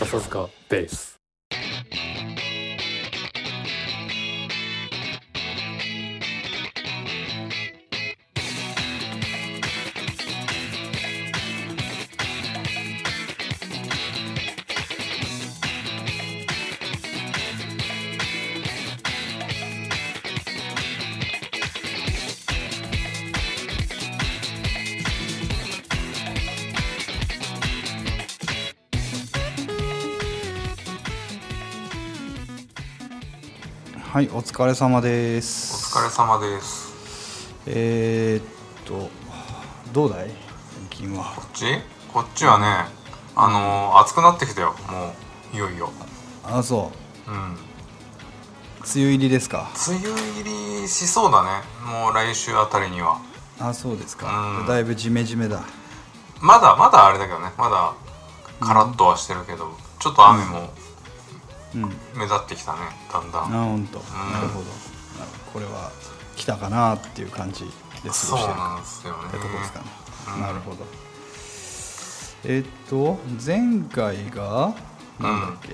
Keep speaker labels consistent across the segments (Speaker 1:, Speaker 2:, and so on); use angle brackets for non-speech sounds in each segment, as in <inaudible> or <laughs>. Speaker 1: 笹塚ベース
Speaker 2: はいお疲れ様で
Speaker 3: お
Speaker 2: す
Speaker 3: 疲れ様です。
Speaker 2: えー、っとどうだい最近は
Speaker 3: こっちこっちはね、あのー暑くなってきたよ。もういよいよ。
Speaker 2: あそう
Speaker 3: うん。
Speaker 2: 梅雨入りですか
Speaker 3: 梅雨入りしそうだね。もう来週あたりには。
Speaker 2: あそうですか
Speaker 3: うん
Speaker 2: だいぶジメジメだ
Speaker 3: まだまだあれだけどね。まだカラッとはしてるけど、ちょっと雨も
Speaker 2: うんあ
Speaker 3: 目立ってきたね。だんだん。
Speaker 2: ほんとなるほどなるほどこれは来たかなっていう感じで過ごして
Speaker 3: そ
Speaker 2: る
Speaker 3: う
Speaker 2: って
Speaker 3: なんですよね。
Speaker 2: とこですかねなるほどえーっと前回がなんだっけ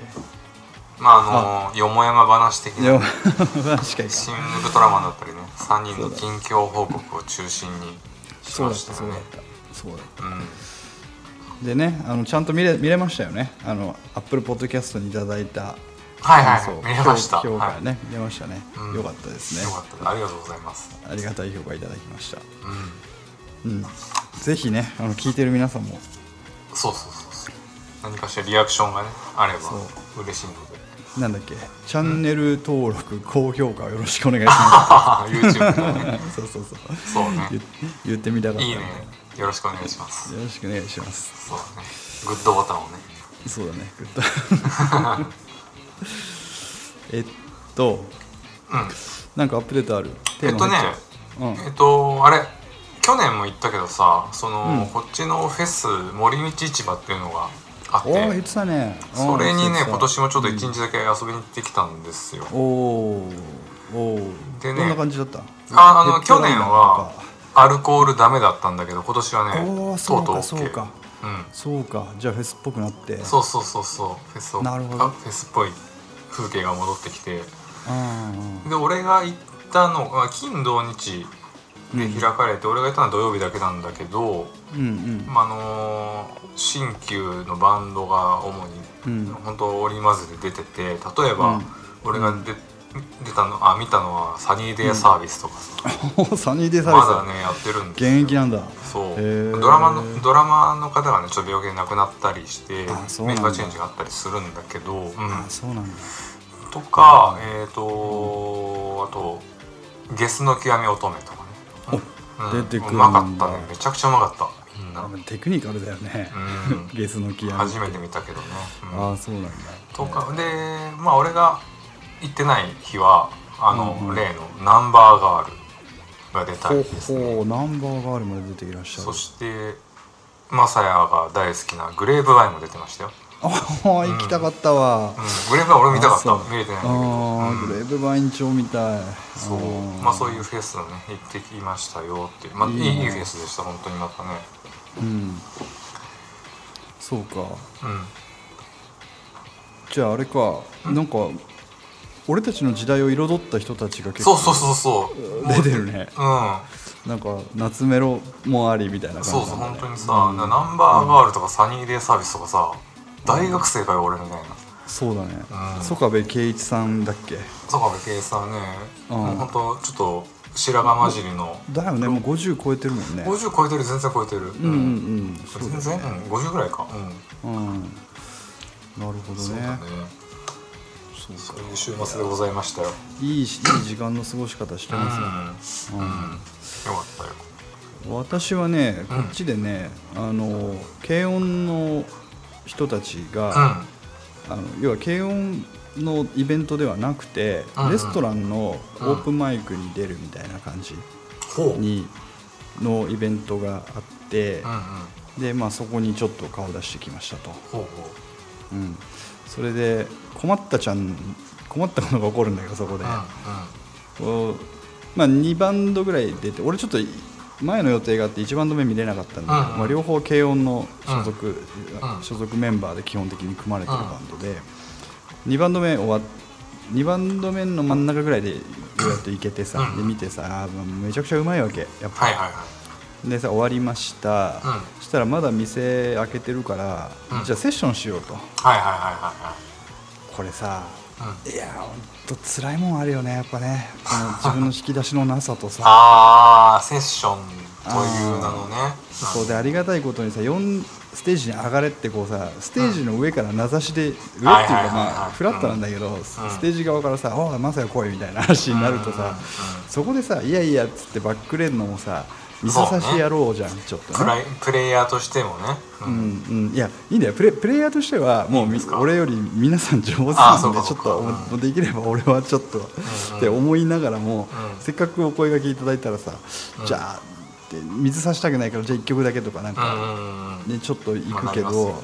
Speaker 3: まああのーよもやま話的
Speaker 2: いや <laughs>
Speaker 3: な。
Speaker 2: 確かに
Speaker 3: 新ウルトラマンだったりね。3人の近況報告を中心にし
Speaker 2: そう
Speaker 3: ま
Speaker 2: だっ
Speaker 3: したた
Speaker 2: そうだ
Speaker 3: よね
Speaker 2: っ。たそうだった
Speaker 3: うん。
Speaker 2: でねあのちゃんと見れ見れましたよねあのアップルポッドキャストにいただいた
Speaker 3: はいはい
Speaker 2: 感想
Speaker 3: 見れました
Speaker 2: 評評価
Speaker 3: はい
Speaker 2: ね、見れましたね、
Speaker 3: うん
Speaker 2: よかったです
Speaker 3: よ
Speaker 2: ね
Speaker 3: かったありがとうございます、
Speaker 2: ありがたい評価いただきました
Speaker 3: うん、
Speaker 2: うんぜひねあの聞いてる皆さんも
Speaker 3: そうそうそうそう何かしらリアクションがねあれば
Speaker 2: そ
Speaker 3: 嬉しいので <laughs>
Speaker 2: なんだっけチャンネル登録、高評価をよろしくお願いしま
Speaker 3: YouTube とかね
Speaker 2: すそうそうそう
Speaker 3: <laughs> そうね
Speaker 2: 言言ってみたかった
Speaker 3: いいね
Speaker 2: よ
Speaker 3: よろしくお願いします
Speaker 2: ろしくお願いします
Speaker 3: そうだねグッドボタンをね
Speaker 2: そうだねグッドえっとなんかアップデートある
Speaker 3: えっと
Speaker 2: 入
Speaker 3: ね
Speaker 2: ちゃううん
Speaker 3: えっとあれ去年も言ったけどさその、こっちのフェス森道市場っていうのがあっ
Speaker 2: おー言っててたね
Speaker 3: それにね今年
Speaker 2: も
Speaker 3: もちょっと一日だけ遊びに行ってきたんですよ、
Speaker 2: おおおー
Speaker 3: でね
Speaker 2: どんな感じだった
Speaker 3: ああ
Speaker 2: ヘ
Speaker 3: の
Speaker 2: ッド
Speaker 3: 去
Speaker 2: ライ
Speaker 3: 年
Speaker 2: ナー
Speaker 3: はアルコールダメだったんだけど今年はね
Speaker 2: おー
Speaker 3: とうとう
Speaker 2: そうかそうか
Speaker 3: OK うん
Speaker 2: そうかじゃあフェスっぽくなって
Speaker 3: そうそうそうそうフェスを
Speaker 2: なるほど
Speaker 3: あフェスっぽい風景が戻ってきて
Speaker 2: うんうん
Speaker 3: で俺が行ったのが金土日で開かれて、俺が行ったのは土曜日だけなんだけど、
Speaker 2: うん
Speaker 3: まああのー新旧のバンドが主に、
Speaker 2: うん
Speaker 3: 本当織り交ぜて出てて例え
Speaker 2: う
Speaker 3: ば、
Speaker 2: ん
Speaker 3: 俺がで出たのあ見たのはサニーデイサービスとかさ、
Speaker 2: うんサニーデイサ
Speaker 3: ま
Speaker 2: ー
Speaker 3: だ
Speaker 2: ビ
Speaker 3: ねやってる
Speaker 2: ス
Speaker 3: んですよ
Speaker 2: 現役なんだ
Speaker 3: そ
Speaker 2: へー
Speaker 3: うドラマのドラマの方がねちょっと病気で亡くなったりして
Speaker 2: あそうな
Speaker 3: メ
Speaker 2: んだ
Speaker 3: ンバーチェンジがあったりするんだけど、うん、
Speaker 2: あそうなんだ
Speaker 3: とかえっ、とあと「ゲスの極み乙女」とかね、うん、
Speaker 2: 出てくる
Speaker 3: うんま
Speaker 2: だ
Speaker 3: かったねめちゃくちゃうまかったみんな、
Speaker 2: あテクニカルだよね
Speaker 3: うん、
Speaker 2: ゲスの木や
Speaker 3: 初めて見たけどね、うん
Speaker 2: あそうなんだ
Speaker 3: とかでまあ俺が行ってない日はあの、
Speaker 2: うんうん
Speaker 3: 例の「ナンバーガール」が出た
Speaker 2: ほ
Speaker 3: り
Speaker 2: うほうナンバーガールまで出ていらっしゃる
Speaker 3: そしてマサヤが大好きなグレープワインも出てましたよ、
Speaker 2: あー行きたかったわ
Speaker 3: うん、グレープワイン俺見たかっ
Speaker 2: あそう
Speaker 3: た見れてないんだけど、
Speaker 2: あ
Speaker 3: う
Speaker 2: ー
Speaker 3: ん
Speaker 2: グレープバイン町みたい
Speaker 3: そう
Speaker 2: ー
Speaker 3: まあそういうフェスのね行ってきましたよっていう、まあ、い
Speaker 2: いい
Speaker 3: い
Speaker 2: ね
Speaker 3: いいフェスでした本当にまたね
Speaker 2: うんそうか
Speaker 3: うん
Speaker 2: じゃああれかなんか俺たちの時代を彩った人たちが結
Speaker 3: そう
Speaker 2: 構
Speaker 3: そうそうそうもう
Speaker 2: 出てるね
Speaker 3: うん
Speaker 2: なんか夏メロもありみたいな感じ
Speaker 3: そうそう
Speaker 2: なん
Speaker 3: 本
Speaker 2: だね
Speaker 3: 当にさ、なナンバーガールとかサニーデイサービスとかさ大学生かよ俺みたいな
Speaker 2: そうだね
Speaker 3: うん
Speaker 2: 曽我部圭一さんだっけ
Speaker 3: 曽我部圭さんね、
Speaker 2: うん
Speaker 3: もう本当ちょっと白髪混じりの
Speaker 2: だよねもう50超えてるもんね
Speaker 3: 50超えてる全然超えてる
Speaker 2: うんうんうんそう
Speaker 3: 全
Speaker 2: だ
Speaker 3: 然、
Speaker 2: ね
Speaker 3: うん、50ぐらいかうん
Speaker 2: うんなるほど
Speaker 3: そうだ
Speaker 2: ね
Speaker 3: ね
Speaker 2: そう
Speaker 3: そういう週末でございましたよ
Speaker 2: いいしいい時間の過ごし方して
Speaker 3: うん、
Speaker 2: ますね
Speaker 3: うんよかったよ
Speaker 2: 私はねこ
Speaker 3: うん
Speaker 2: っちでね、あの軽音の人たち
Speaker 3: う
Speaker 2: が、
Speaker 3: ん
Speaker 2: あの要は軽音のイベントではなくて、
Speaker 3: うんうん
Speaker 2: レストランのオープンマイクに出るみたいな感じ
Speaker 3: ほう
Speaker 2: に、のイベントがあって
Speaker 3: うんうん、
Speaker 2: で、まあ、そこにちょっと顔出してきましたと、
Speaker 3: ほうほう
Speaker 2: うん、それで困ったちゃん困ったことが起こるんだけどそこで、
Speaker 3: うんうん
Speaker 2: こうまあ、2バンドぐらい出て俺ちょっと前の予定があって1バンド目見れなかったんで、
Speaker 3: うん
Speaker 2: まあ、両方軽音の所属、
Speaker 3: うん
Speaker 2: 所属メンバーで基本的に組まれてるバンドで、2バンド目終わっ2バンド目の真ん中ぐらいでようやっと行けてさ、
Speaker 3: うん
Speaker 2: で見てさあーもうめちゃくちゃうまいわけやっぱ、
Speaker 3: はいはいは
Speaker 2: でさ終わりました、
Speaker 3: うん
Speaker 2: そしたらまだ店開けてるから、
Speaker 3: うん
Speaker 2: じゃあセッションしようと
Speaker 3: いはいは
Speaker 2: これさ
Speaker 3: いはいはい。うん
Speaker 2: いやーほんと辛いもんあるよねやっぱねこの自分の引き出しのなさと
Speaker 3: <laughs>
Speaker 2: さ
Speaker 3: ああセッションという名のね。
Speaker 2: そうでありがたいことにさ4ステージに上がれってこうさステージの上から名指しで、上っていうか
Speaker 3: はいはいはい
Speaker 2: まあフラットなんだけど、ステージ側からさ「おおまさや来い」みたいな話になるとさ、
Speaker 3: うん
Speaker 2: そこでさ「いやいや」っつってバックレんのもさ見ささしやろうじゃん、ちょっと
Speaker 3: プレイプレイヤーとしてもね。う
Speaker 2: うんんうん、いやいいんだよプレプレイヤーとしてはもうみ
Speaker 3: ですか
Speaker 2: 俺より皆さん上手
Speaker 3: あ
Speaker 2: な
Speaker 3: ーそ
Speaker 2: ん
Speaker 3: う
Speaker 2: で
Speaker 3: か
Speaker 2: ち
Speaker 3: そ
Speaker 2: ょ
Speaker 3: う
Speaker 2: っ
Speaker 3: か
Speaker 2: ともうできれば俺はちょっとって思いながらも、
Speaker 3: うん
Speaker 2: せっかくお声がけいただいたらさ、じゃあって水さしたくないからじゃあ1曲だけとかなん
Speaker 3: うん
Speaker 2: か、
Speaker 3: うんうん。
Speaker 2: ね、ちょっと行くけ
Speaker 3: まあなりますよ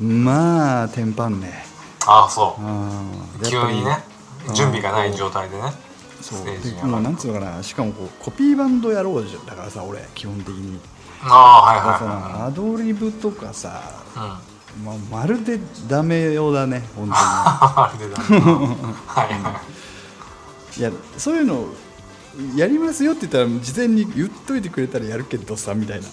Speaker 2: ど、まあテンパんね
Speaker 3: ああそうう。
Speaker 2: んで
Speaker 3: 急
Speaker 2: やっぱり
Speaker 3: にね準備がない状態でね。
Speaker 2: そう
Speaker 3: ステージに
Speaker 2: で
Speaker 3: 上がる
Speaker 2: もうなんつうのかなしかもこうコピーバンドやろうじゃだからさ俺基本的にだから
Speaker 3: あ
Speaker 2: さアドリブとかさ
Speaker 3: あはいはいはい。うん。
Speaker 2: まあ、まるでダメよだね本当に
Speaker 3: <laughs> あれだ。はいはい。
Speaker 2: いやそういうのやりますよって言ったら事前に言っといてくれたらやるけどさみたいな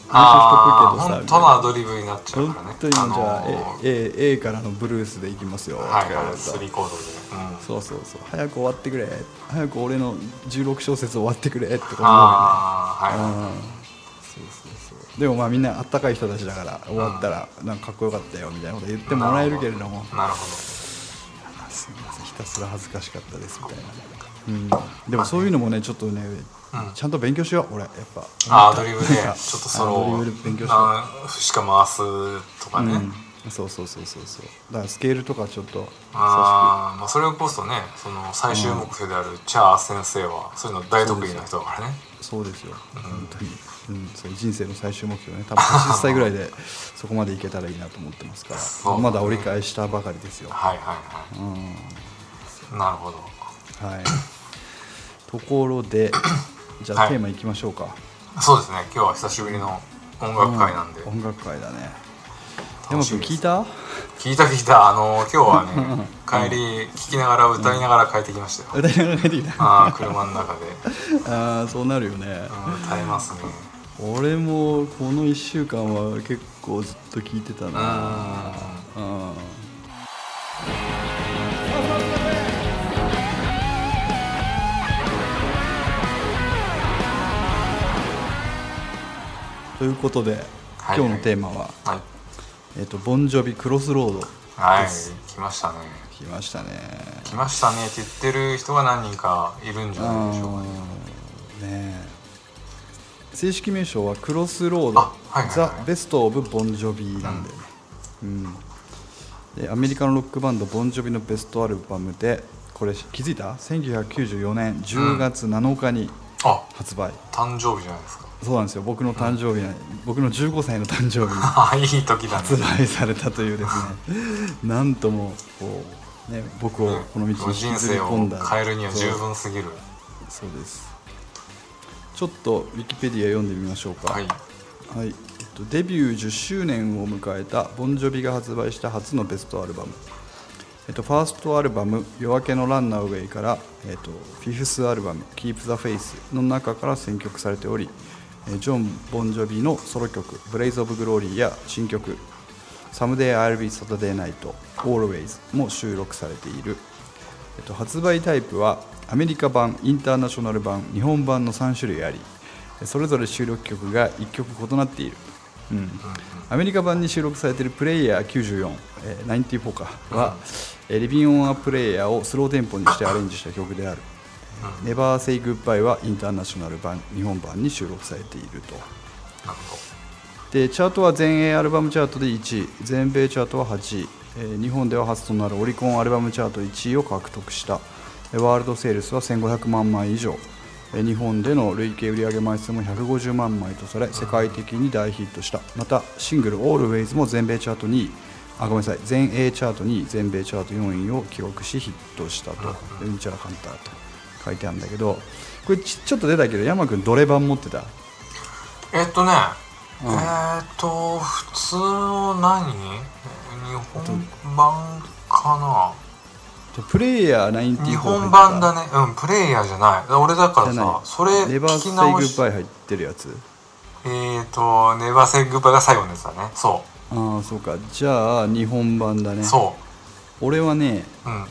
Speaker 2: 練
Speaker 3: ああ
Speaker 2: 習しと
Speaker 3: 本
Speaker 2: くけ
Speaker 3: 当
Speaker 2: ど
Speaker 3: の
Speaker 2: さ
Speaker 3: アドリブになっちゃう
Speaker 2: み
Speaker 3: か
Speaker 2: たい
Speaker 3: ら
Speaker 2: な
Speaker 3: ね
Speaker 2: 本。当にじゃあ、
Speaker 3: のー
Speaker 2: A, A, A からのブルースでいきますよとか
Speaker 3: はい
Speaker 2: 言われ
Speaker 3: はい。
Speaker 2: た
Speaker 3: スリーコードで。うん。
Speaker 2: そうそうそう早く終わってくれ早く俺の16小節終わってくれとか思うよね
Speaker 3: ああはいはい。
Speaker 2: うんそうそうそうでもまあみんなあったかい人たちだから終わったらなんかかっこよかったよみたいなこと言ってもらえるけれども
Speaker 3: なるほど。
Speaker 2: あすみませんひたすら恥ずかしかったですみたいな、うん、でもそういうのもねちょっとね、ちゃんと勉強しよう俺やっぱ
Speaker 3: あアドリブでちょっ
Speaker 2: なんか
Speaker 3: とそれを
Speaker 2: アドリブで勉強しよ
Speaker 3: あーしか回すとか
Speaker 2: う、
Speaker 3: ね、
Speaker 2: うん、そうそうそうそうそうだからスケールとかちょっと
Speaker 3: あーまあそれこそねその最終目標であるチャー先生はそういうの大得意な人だからね
Speaker 2: そうですよ、本当に、うん、そう人生の最終目標ね多分80歳ぐらいでそこまでいけたらいいなと思ってますから
Speaker 3: そう
Speaker 2: まだ折り返したばかりですよ、
Speaker 3: はいはいはい、
Speaker 2: うん
Speaker 3: なるほど
Speaker 2: はい、ところでじゃあ、
Speaker 3: はい
Speaker 2: テーマいきましょうか
Speaker 3: そうですね今日は久しぶりの音楽会なんで、
Speaker 2: 音楽会だね山
Speaker 3: 楽し
Speaker 2: 君
Speaker 3: みです
Speaker 2: 聞いた
Speaker 3: 聞いた聞いたあの今日はね帰り聞きながら歌いながら帰ってきましたよ、
Speaker 2: 歌いながら帰ってきた
Speaker 3: ああ車の中で、
Speaker 2: ああそうなるよね
Speaker 3: うん、歌いますね
Speaker 2: 俺もこの1週間は結構ずっと聞いてた
Speaker 3: うん
Speaker 2: なうんということで、
Speaker 3: はい
Speaker 2: 今日のテーマは
Speaker 3: はい
Speaker 2: 「えっとボンジョビクロスロード
Speaker 3: はい来ましたね」
Speaker 2: 来ましたね
Speaker 3: 来ましたねって言ってる人が何人かいるんじゃないでしょうかね
Speaker 2: うんねえ正式名称はクロスロー
Speaker 3: あはいはいはい
Speaker 2: ドザ・ベスト・オブ・ボンジョビなんだよね、うんでアメリカのロックバンドボンジョビのベストアルバムでこれ気づいた1994年10月7日に
Speaker 3: あ
Speaker 2: 発売、
Speaker 3: 誕生日じゃないですか <laughs>
Speaker 2: そうなんですよ僕の誕生日な、僕の15歳の誕生日に
Speaker 3: あいい時だね
Speaker 2: 発売されたというですねなんともこう、ね、僕をこの道に引き
Speaker 3: 人
Speaker 2: ずり
Speaker 3: 生
Speaker 2: 込
Speaker 3: を
Speaker 2: んだ
Speaker 3: 変えるには十分すぎる
Speaker 2: そうですちょっとウィキペディア読んでみましょうか
Speaker 3: はい
Speaker 2: はいえっと、デビュー10周年を迎えたボンジョビが発売した初のベストアルバム、えっと、ファーストアルバム「夜明けのランナーウェイ」から、えっと、フィフスアルバム「Keep the Faith」の中から選曲されておりえージョン・ボンジョビのソロ曲「Blaze of Glory」や新曲「Someday I'll be Saturday Night」「Always」も収録されている、えっと、発売タイプはアメリカ版インターナショナル版日本版の3種類ありそれぞれ収録曲が1曲異なっている、うんアメリカ版に収録されている「プレイヤー94」えー94かは、えーリビン・オン・ア・プレイヤーをスローテンポにしてアレンジした曲である「ネバー・セイ・グッバイ」はインターナショナル版日本版に収録されていると
Speaker 3: なるほ
Speaker 2: でチャートは全英アルバムチャートで1位全米チャートは8位、えー日本では初となるオリコンアルバムチャート1位を獲得したえーワールドセールスは1500万枚以上えー日本での累計売上枚数も150万枚とされ世界的に大ヒットしたまたシングル「Always」も全米チャート2位あごめんなさい全英チャート2位全米チャート4位を記録しヒットしたと「うんちゃらカンター」と書いてあるんだけどこれちちょっと出たけど山君どれ版持ってた
Speaker 3: どえっとね、
Speaker 2: うん
Speaker 3: えーっと普通の何日本版か
Speaker 2: じゃあプレイヤー94
Speaker 3: な日本版だねうんプレイヤーじゃない俺だから
Speaker 2: じゃない
Speaker 3: さそれ
Speaker 2: レバー
Speaker 3: 聞
Speaker 2: ステ
Speaker 3: き
Speaker 2: イグ
Speaker 3: 直し
Speaker 2: ッバイ入ってるやつ
Speaker 3: えーっとネバーセイグッバイが最後のやつだねそ
Speaker 2: ああそうかじゃあ日本版だ
Speaker 3: う、
Speaker 2: ね
Speaker 3: そ
Speaker 2: 俺はね
Speaker 3: ううん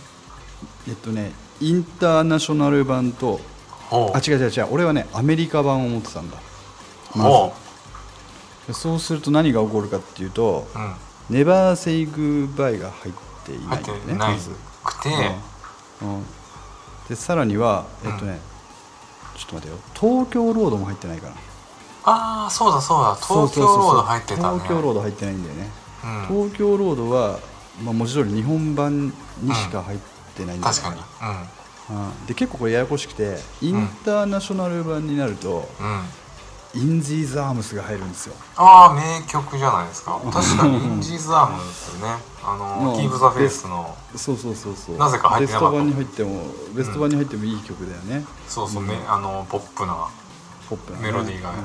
Speaker 2: えっとねインターナショナル版と
Speaker 3: ほ
Speaker 2: あ
Speaker 3: う
Speaker 2: 違う違う違う俺はねアメリカ版を持ってたんだ
Speaker 3: ほ
Speaker 2: でそうすると何が起こるかっていうと
Speaker 3: ううん
Speaker 2: 「ネバー・セイ・グー・バイ」が入っていな
Speaker 3: 入
Speaker 2: いん
Speaker 3: っ
Speaker 2: だよ
Speaker 3: て
Speaker 2: ね
Speaker 3: な
Speaker 2: まず
Speaker 3: くて、
Speaker 2: うんうんでさらにはえっとね、ちょっと待てよ東京ロードも入ってないかな
Speaker 3: ああそうだそうだ東京
Speaker 2: そうそうそうそ
Speaker 3: ロー
Speaker 2: う
Speaker 3: ド入ってたね
Speaker 2: 東京ロード入ってないんだよね、
Speaker 3: うん、
Speaker 2: 東京ロードは、まあ、文字通り日本版にしか入ってないんだよね
Speaker 3: 確かに
Speaker 2: うんで結構これややこしくてインターナショナル版になると、
Speaker 3: うんうん
Speaker 2: インジーズ・アームスが入るんですよ
Speaker 3: ああ名曲じゃないですか確かにインジーズアームで
Speaker 2: <laughs>
Speaker 3: すねあの、
Speaker 2: うん
Speaker 3: キープ・ザ・フェイスの
Speaker 2: そうそうそうそう
Speaker 3: なぜか入っ
Speaker 2: ベ
Speaker 3: てな
Speaker 2: ス
Speaker 3: か
Speaker 2: ト
Speaker 3: った
Speaker 2: 版に入ってもベスト版に入ってもいい曲だよね、
Speaker 3: そうそう、ねあのポップな
Speaker 2: ポップなね
Speaker 3: メロディーが
Speaker 2: うん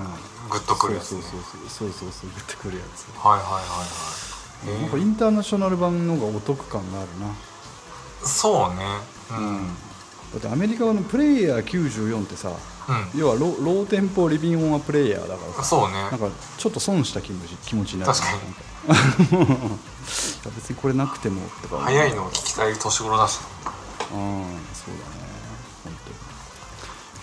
Speaker 3: グッとくるやつ、
Speaker 2: そう
Speaker 3: ね
Speaker 2: そうそうそうそうそうそうグッとくるやつ、
Speaker 3: はいはいはい
Speaker 2: なん
Speaker 3: は
Speaker 2: か
Speaker 3: い、
Speaker 2: イ
Speaker 3: え
Speaker 2: ンターナショナル版の方がお得感があるな
Speaker 3: ー、そうねうん、うん
Speaker 2: だってアメリカのプレイヤー94ってさ要はローローテンポリビン・オン・はプレイヤーだからさ
Speaker 3: そう
Speaker 2: なんか
Speaker 3: ね
Speaker 2: ちょっと損した気持ち気持ちになる
Speaker 3: 確かに
Speaker 2: にいや別にこれなくてもとか思う
Speaker 3: 早いのを聞きたい年頃だし
Speaker 2: うんそうだね本当に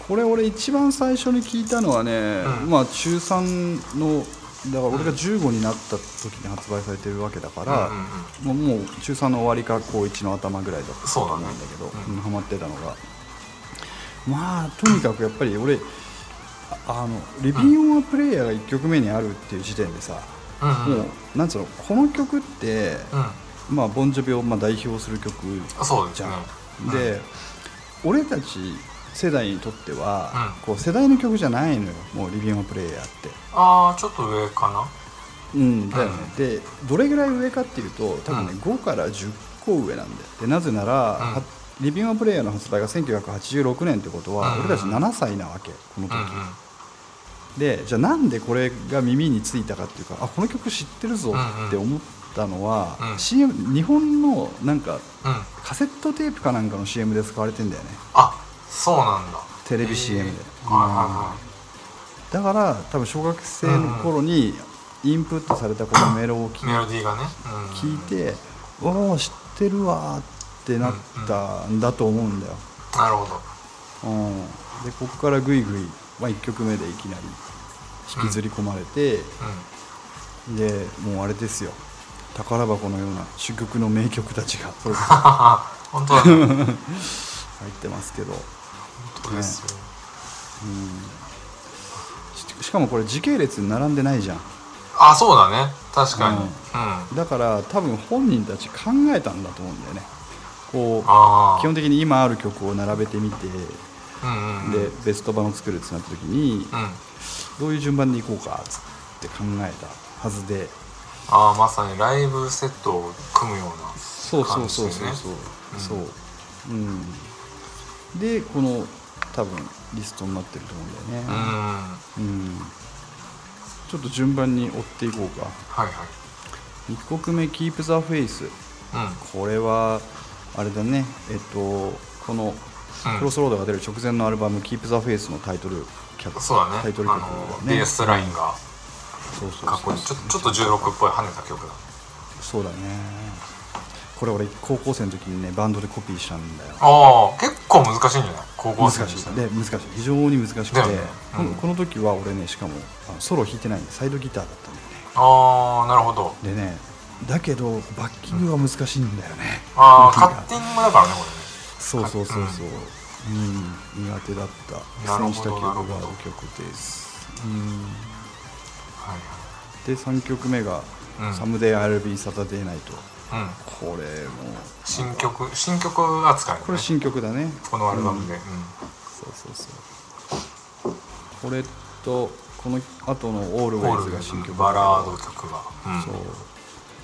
Speaker 2: これ俺一番最初に聞いたのはね、
Speaker 3: うん
Speaker 2: まあ中3のだから俺が15になった時に発売されてるわけだか
Speaker 3: うん
Speaker 2: ら
Speaker 3: うんうん、
Speaker 2: もうもう中3の終わりか高1の頭ぐらいだったと
Speaker 3: そう
Speaker 2: 思
Speaker 3: だ
Speaker 2: うん
Speaker 3: ね
Speaker 2: だけど
Speaker 3: うん
Speaker 2: うんハマってたのがまあとにかくやっぱり俺ああの「リビン・オン・ア・プレイヤー」が1曲目にあるっていう時点でさ、
Speaker 3: うんうん
Speaker 2: もうなんつうのこの曲って、
Speaker 3: う
Speaker 2: まあ、ボンジョビをまあ代表する曲
Speaker 3: んそうです
Speaker 2: じゃ
Speaker 3: ね
Speaker 2: ん、
Speaker 3: うん
Speaker 2: で俺たち世代にとっては、
Speaker 3: うん
Speaker 2: こう世代の曲じゃないのよもうリビングプレイヤーって
Speaker 3: ああちょっと上かな
Speaker 2: うんだよね、
Speaker 3: う
Speaker 2: でどれぐらい上かっていうと多分ね、
Speaker 3: うん
Speaker 2: 5から10個上なんだよでなぜなら、はリビングプレイヤーの発売が1986年ってことは、
Speaker 3: うん
Speaker 2: 俺たち7歳なわけこの
Speaker 3: う
Speaker 2: 時、
Speaker 3: んうん
Speaker 2: でじゃあなんでこれが耳についたかっていうかあこの曲知ってるぞって思ったのは、
Speaker 3: うんうん
Speaker 2: CM 日本のなんか
Speaker 3: うん
Speaker 2: カセットテープかなんかの CM で使われてんだよね
Speaker 3: あそうなんだ
Speaker 2: テレビ CM で
Speaker 3: えーは
Speaker 2: だから多分小学生の頃にインプットされたこのメロを
Speaker 3: いはいはいメロディーがね、うん、
Speaker 2: 聞いて「おお知ってるわ」ってなったんだと思うんだよ、
Speaker 3: なるほど
Speaker 2: うん、でここからグイグイ、まあ、1曲目でいきなり引きずり込まれて、
Speaker 3: う
Speaker 2: でもうあれですよ宝箱のような珠玉の名曲たちがそれこ
Speaker 3: <laughs>
Speaker 2: そ
Speaker 3: ん <laughs> 本当だ、ね、本
Speaker 2: 入ってますけど、うん、
Speaker 3: 当ですよ、
Speaker 2: ししかもこれ時系列に並んでないじゃん
Speaker 3: あそうだね確かにうん、
Speaker 2: うん
Speaker 3: あ
Speaker 2: だから多分本人たち考えたんだと思うんだよねこう
Speaker 3: あ
Speaker 2: 基本的に今ある曲を並べてみて
Speaker 3: うんうんうん
Speaker 2: でベスト版を作るってなった時に
Speaker 3: うん
Speaker 2: どういう順番でいこうかって考えたはずで
Speaker 3: ああまさにライブセットを組むような
Speaker 2: そうそうそうそう
Speaker 3: 感じ
Speaker 2: そう
Speaker 3: うん
Speaker 2: そう、うん、でこの多分リストになってると思うんだよね、
Speaker 3: うんは
Speaker 2: うん、ちょっと順番に追っていこうか
Speaker 3: いはい
Speaker 2: 1曲目「Keep the Face」
Speaker 3: うん
Speaker 2: これはあれだねえっとこの
Speaker 3: うん
Speaker 2: クロスロードが出る直前のアルバム「Keep the Face」のタイトル曲
Speaker 3: そうだね
Speaker 2: タイトル曲だ
Speaker 3: あの
Speaker 2: ね
Speaker 3: DS ラインが
Speaker 2: そうそう
Speaker 3: かっこいいちょちょっと16っぽい跳ねた曲だ
Speaker 2: そうだねこれ俺高校生の時にねバンドでコピーしたんだよ
Speaker 3: ああ結構難しいんじゃない高校
Speaker 2: 難
Speaker 3: 生に
Speaker 2: し
Speaker 3: して
Speaker 2: いで難しい非常に難しくて、
Speaker 3: だよね
Speaker 2: この
Speaker 3: うん
Speaker 2: この時は俺ねしかもあのソロ弾いてないんでサイドギターだったん
Speaker 3: ああなるほど
Speaker 2: だよねでねだけどバッキングが難しいんだよね、
Speaker 3: ああ
Speaker 2: なんか
Speaker 3: カッティングだからねこ
Speaker 2: そうそうそうそう、うん苦手だった
Speaker 3: なる
Speaker 2: 苦戦
Speaker 3: ほど
Speaker 2: した曲が
Speaker 3: なるほど
Speaker 2: 5曲です、うん、
Speaker 3: れ
Speaker 2: で3曲目が
Speaker 3: う
Speaker 2: 「
Speaker 3: ん
Speaker 2: サムデイ・アルビー・サタデー・ナイト」
Speaker 3: ね、はいはい、うん
Speaker 2: これも
Speaker 3: 新曲新曲扱いの
Speaker 2: これ
Speaker 3: ね
Speaker 2: 新曲だね
Speaker 3: このアルバムで、うん
Speaker 2: そうそうそうこれとこの後の「オールウ
Speaker 3: ホ
Speaker 2: ェイ
Speaker 3: ー
Speaker 2: ズ」
Speaker 3: ル
Speaker 2: が
Speaker 3: が
Speaker 2: 新
Speaker 3: 新
Speaker 2: 曲
Speaker 3: 曲バラード曲が、うん
Speaker 2: そう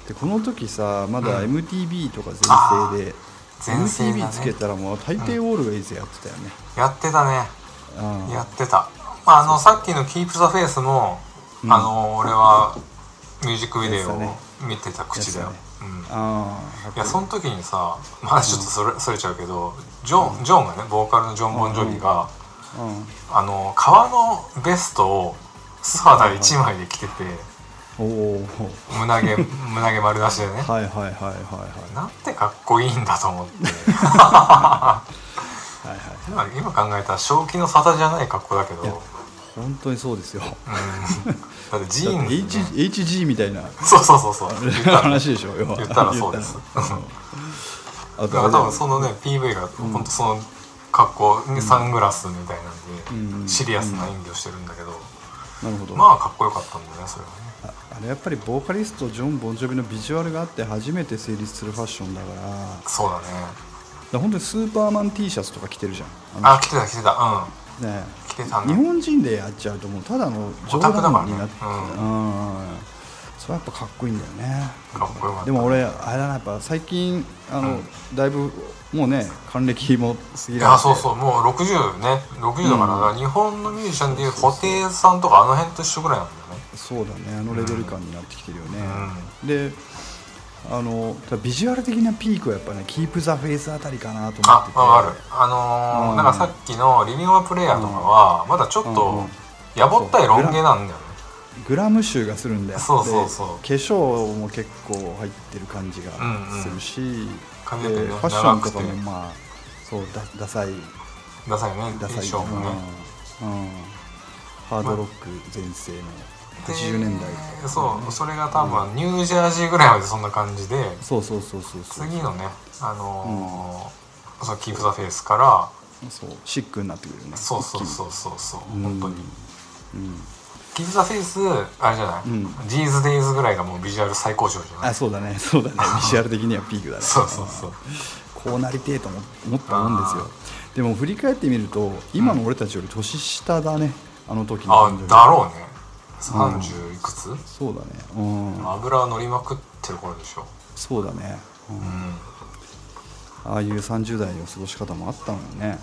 Speaker 2: でこの時さまだ MTV とか全盛で、
Speaker 3: 全盛だ
Speaker 2: MTV
Speaker 3: ね
Speaker 2: つけたらもう大抵「オールウェイズ」やってたよね、
Speaker 3: やってたね
Speaker 2: うん
Speaker 3: やってた、まあ、あのさっきの「Keep the Faith」もあの俺はミュージックビデ
Speaker 2: やつ
Speaker 3: オ
Speaker 2: だ
Speaker 3: を
Speaker 2: ね
Speaker 3: 見てた口だよ、
Speaker 2: や
Speaker 3: うん、
Speaker 2: ああ
Speaker 3: いやその時にさまあちょっとそれ,、それちゃうけどジョンジョンがねボーカルのジョン・ボンジョビが、あの革のベストを素肌1枚で着てて、
Speaker 2: うん、おお
Speaker 3: 胸
Speaker 2: <laughs>
Speaker 3: 毛胸毛丸出しでね、
Speaker 2: はいはいはいはいはい
Speaker 3: なんてかっこいいんだと思って
Speaker 2: <laughs> はいはい
Speaker 3: 今今考えたら正気の沙汰じゃない格好だけど、うん、
Speaker 2: や本当にそうですよ
Speaker 3: だってジ
Speaker 2: だって
Speaker 3: ーンズ、ね、
Speaker 2: H HG みたいな
Speaker 3: そうそうそ
Speaker 2: <laughs>
Speaker 3: うそう言ったら
Speaker 2: 話でしょ要は
Speaker 3: 言ったらそうです
Speaker 2: 言ったらうんあ
Speaker 3: だ
Speaker 2: と
Speaker 3: か
Speaker 2: あれ
Speaker 3: ら多
Speaker 2: だ
Speaker 3: 分
Speaker 2: よ
Speaker 3: そのね PV が本当その格好、ねサングラスみたいなんで、
Speaker 2: うん
Speaker 3: シリアスな演技をしてるんだけど、
Speaker 2: なるほど、
Speaker 3: まあかっこよかったんだよねそれはね
Speaker 2: ああれやっぱりボーカリストジョン・ボンジョビのビジュアルがあって初めて成立するファッションだからだか
Speaker 3: そうだね
Speaker 2: ら本当にスーパーマン T シャツとか着てるじゃんあの
Speaker 3: あ来てた来てたう
Speaker 2: ね
Speaker 3: ん来てた
Speaker 2: 日
Speaker 3: ね
Speaker 2: 本人でやっちゃうともうただの冗
Speaker 3: オタクだから
Speaker 2: 談
Speaker 3: ね
Speaker 2: になってう
Speaker 3: う
Speaker 2: んそれはやっぱかっこいいんだよね
Speaker 3: かっこよかった
Speaker 2: でも俺あれだなやっぱ最近あの、だいぶもうね還暦も過ぎ
Speaker 3: い
Speaker 2: られ
Speaker 3: や
Speaker 2: て
Speaker 3: そうそうもう60ね60だから、日本のミュージシャンでいう布袋さんとかあの辺と一緒ぐらいなんだよね
Speaker 2: そうだねあのレベル感になってきてるよね、であのただビジュアル的なピークはやっぱねキープ・ザ・フェイスあたりかなと思っ
Speaker 3: あ
Speaker 2: てて
Speaker 3: わかるあのー
Speaker 2: うん
Speaker 3: なんかさっきの「リビング・ア・プレイヤー」とかは、まだちょっ
Speaker 2: うんう
Speaker 3: と
Speaker 2: ん
Speaker 3: やぼったいロン毛なんだよね
Speaker 2: グラム臭がするんだよ
Speaker 3: そうそうそう
Speaker 2: で化粧も結構入ってる感じがするし、
Speaker 3: 髪の毛ね
Speaker 2: でファッションとか
Speaker 3: 長
Speaker 2: も
Speaker 3: くて
Speaker 2: まあそうダダサい
Speaker 3: ダサいね
Speaker 2: ダサ
Speaker 3: 衣
Speaker 2: い、
Speaker 3: 装もね、
Speaker 2: うんうんハードロック全盛の
Speaker 3: で
Speaker 2: 80年代、
Speaker 3: そうそれが多分ニュージャージーぐらいまでそんな感じで、
Speaker 2: そうそうそうそうそう
Speaker 3: 次のねあのーそのキープ・ザ・フェイスから
Speaker 2: そうシックになってくるよね
Speaker 3: そうそうそうそうそう
Speaker 2: うん
Speaker 3: 本当に
Speaker 2: うん
Speaker 3: キープ・ザ・フェイスあれじゃない、
Speaker 2: うん
Speaker 3: ジーズ・デイズぐらいがもうビジュアル最高潮じゃない
Speaker 2: あそうだねそうだねビジュアル的にはピークだね
Speaker 3: そうそうそう
Speaker 2: こうなりてえと思思ったもんですよでも振り返ってみると今の俺たちより年下だね、あの時の
Speaker 3: あ
Speaker 2: 誕生日
Speaker 3: だろうね30いくつ、
Speaker 2: そうだねうん
Speaker 3: 油乗りまくってる頃でしょ
Speaker 2: そうだね、うん
Speaker 3: うん
Speaker 2: ああいう30代の過ごし方もあったのよね
Speaker 3: ね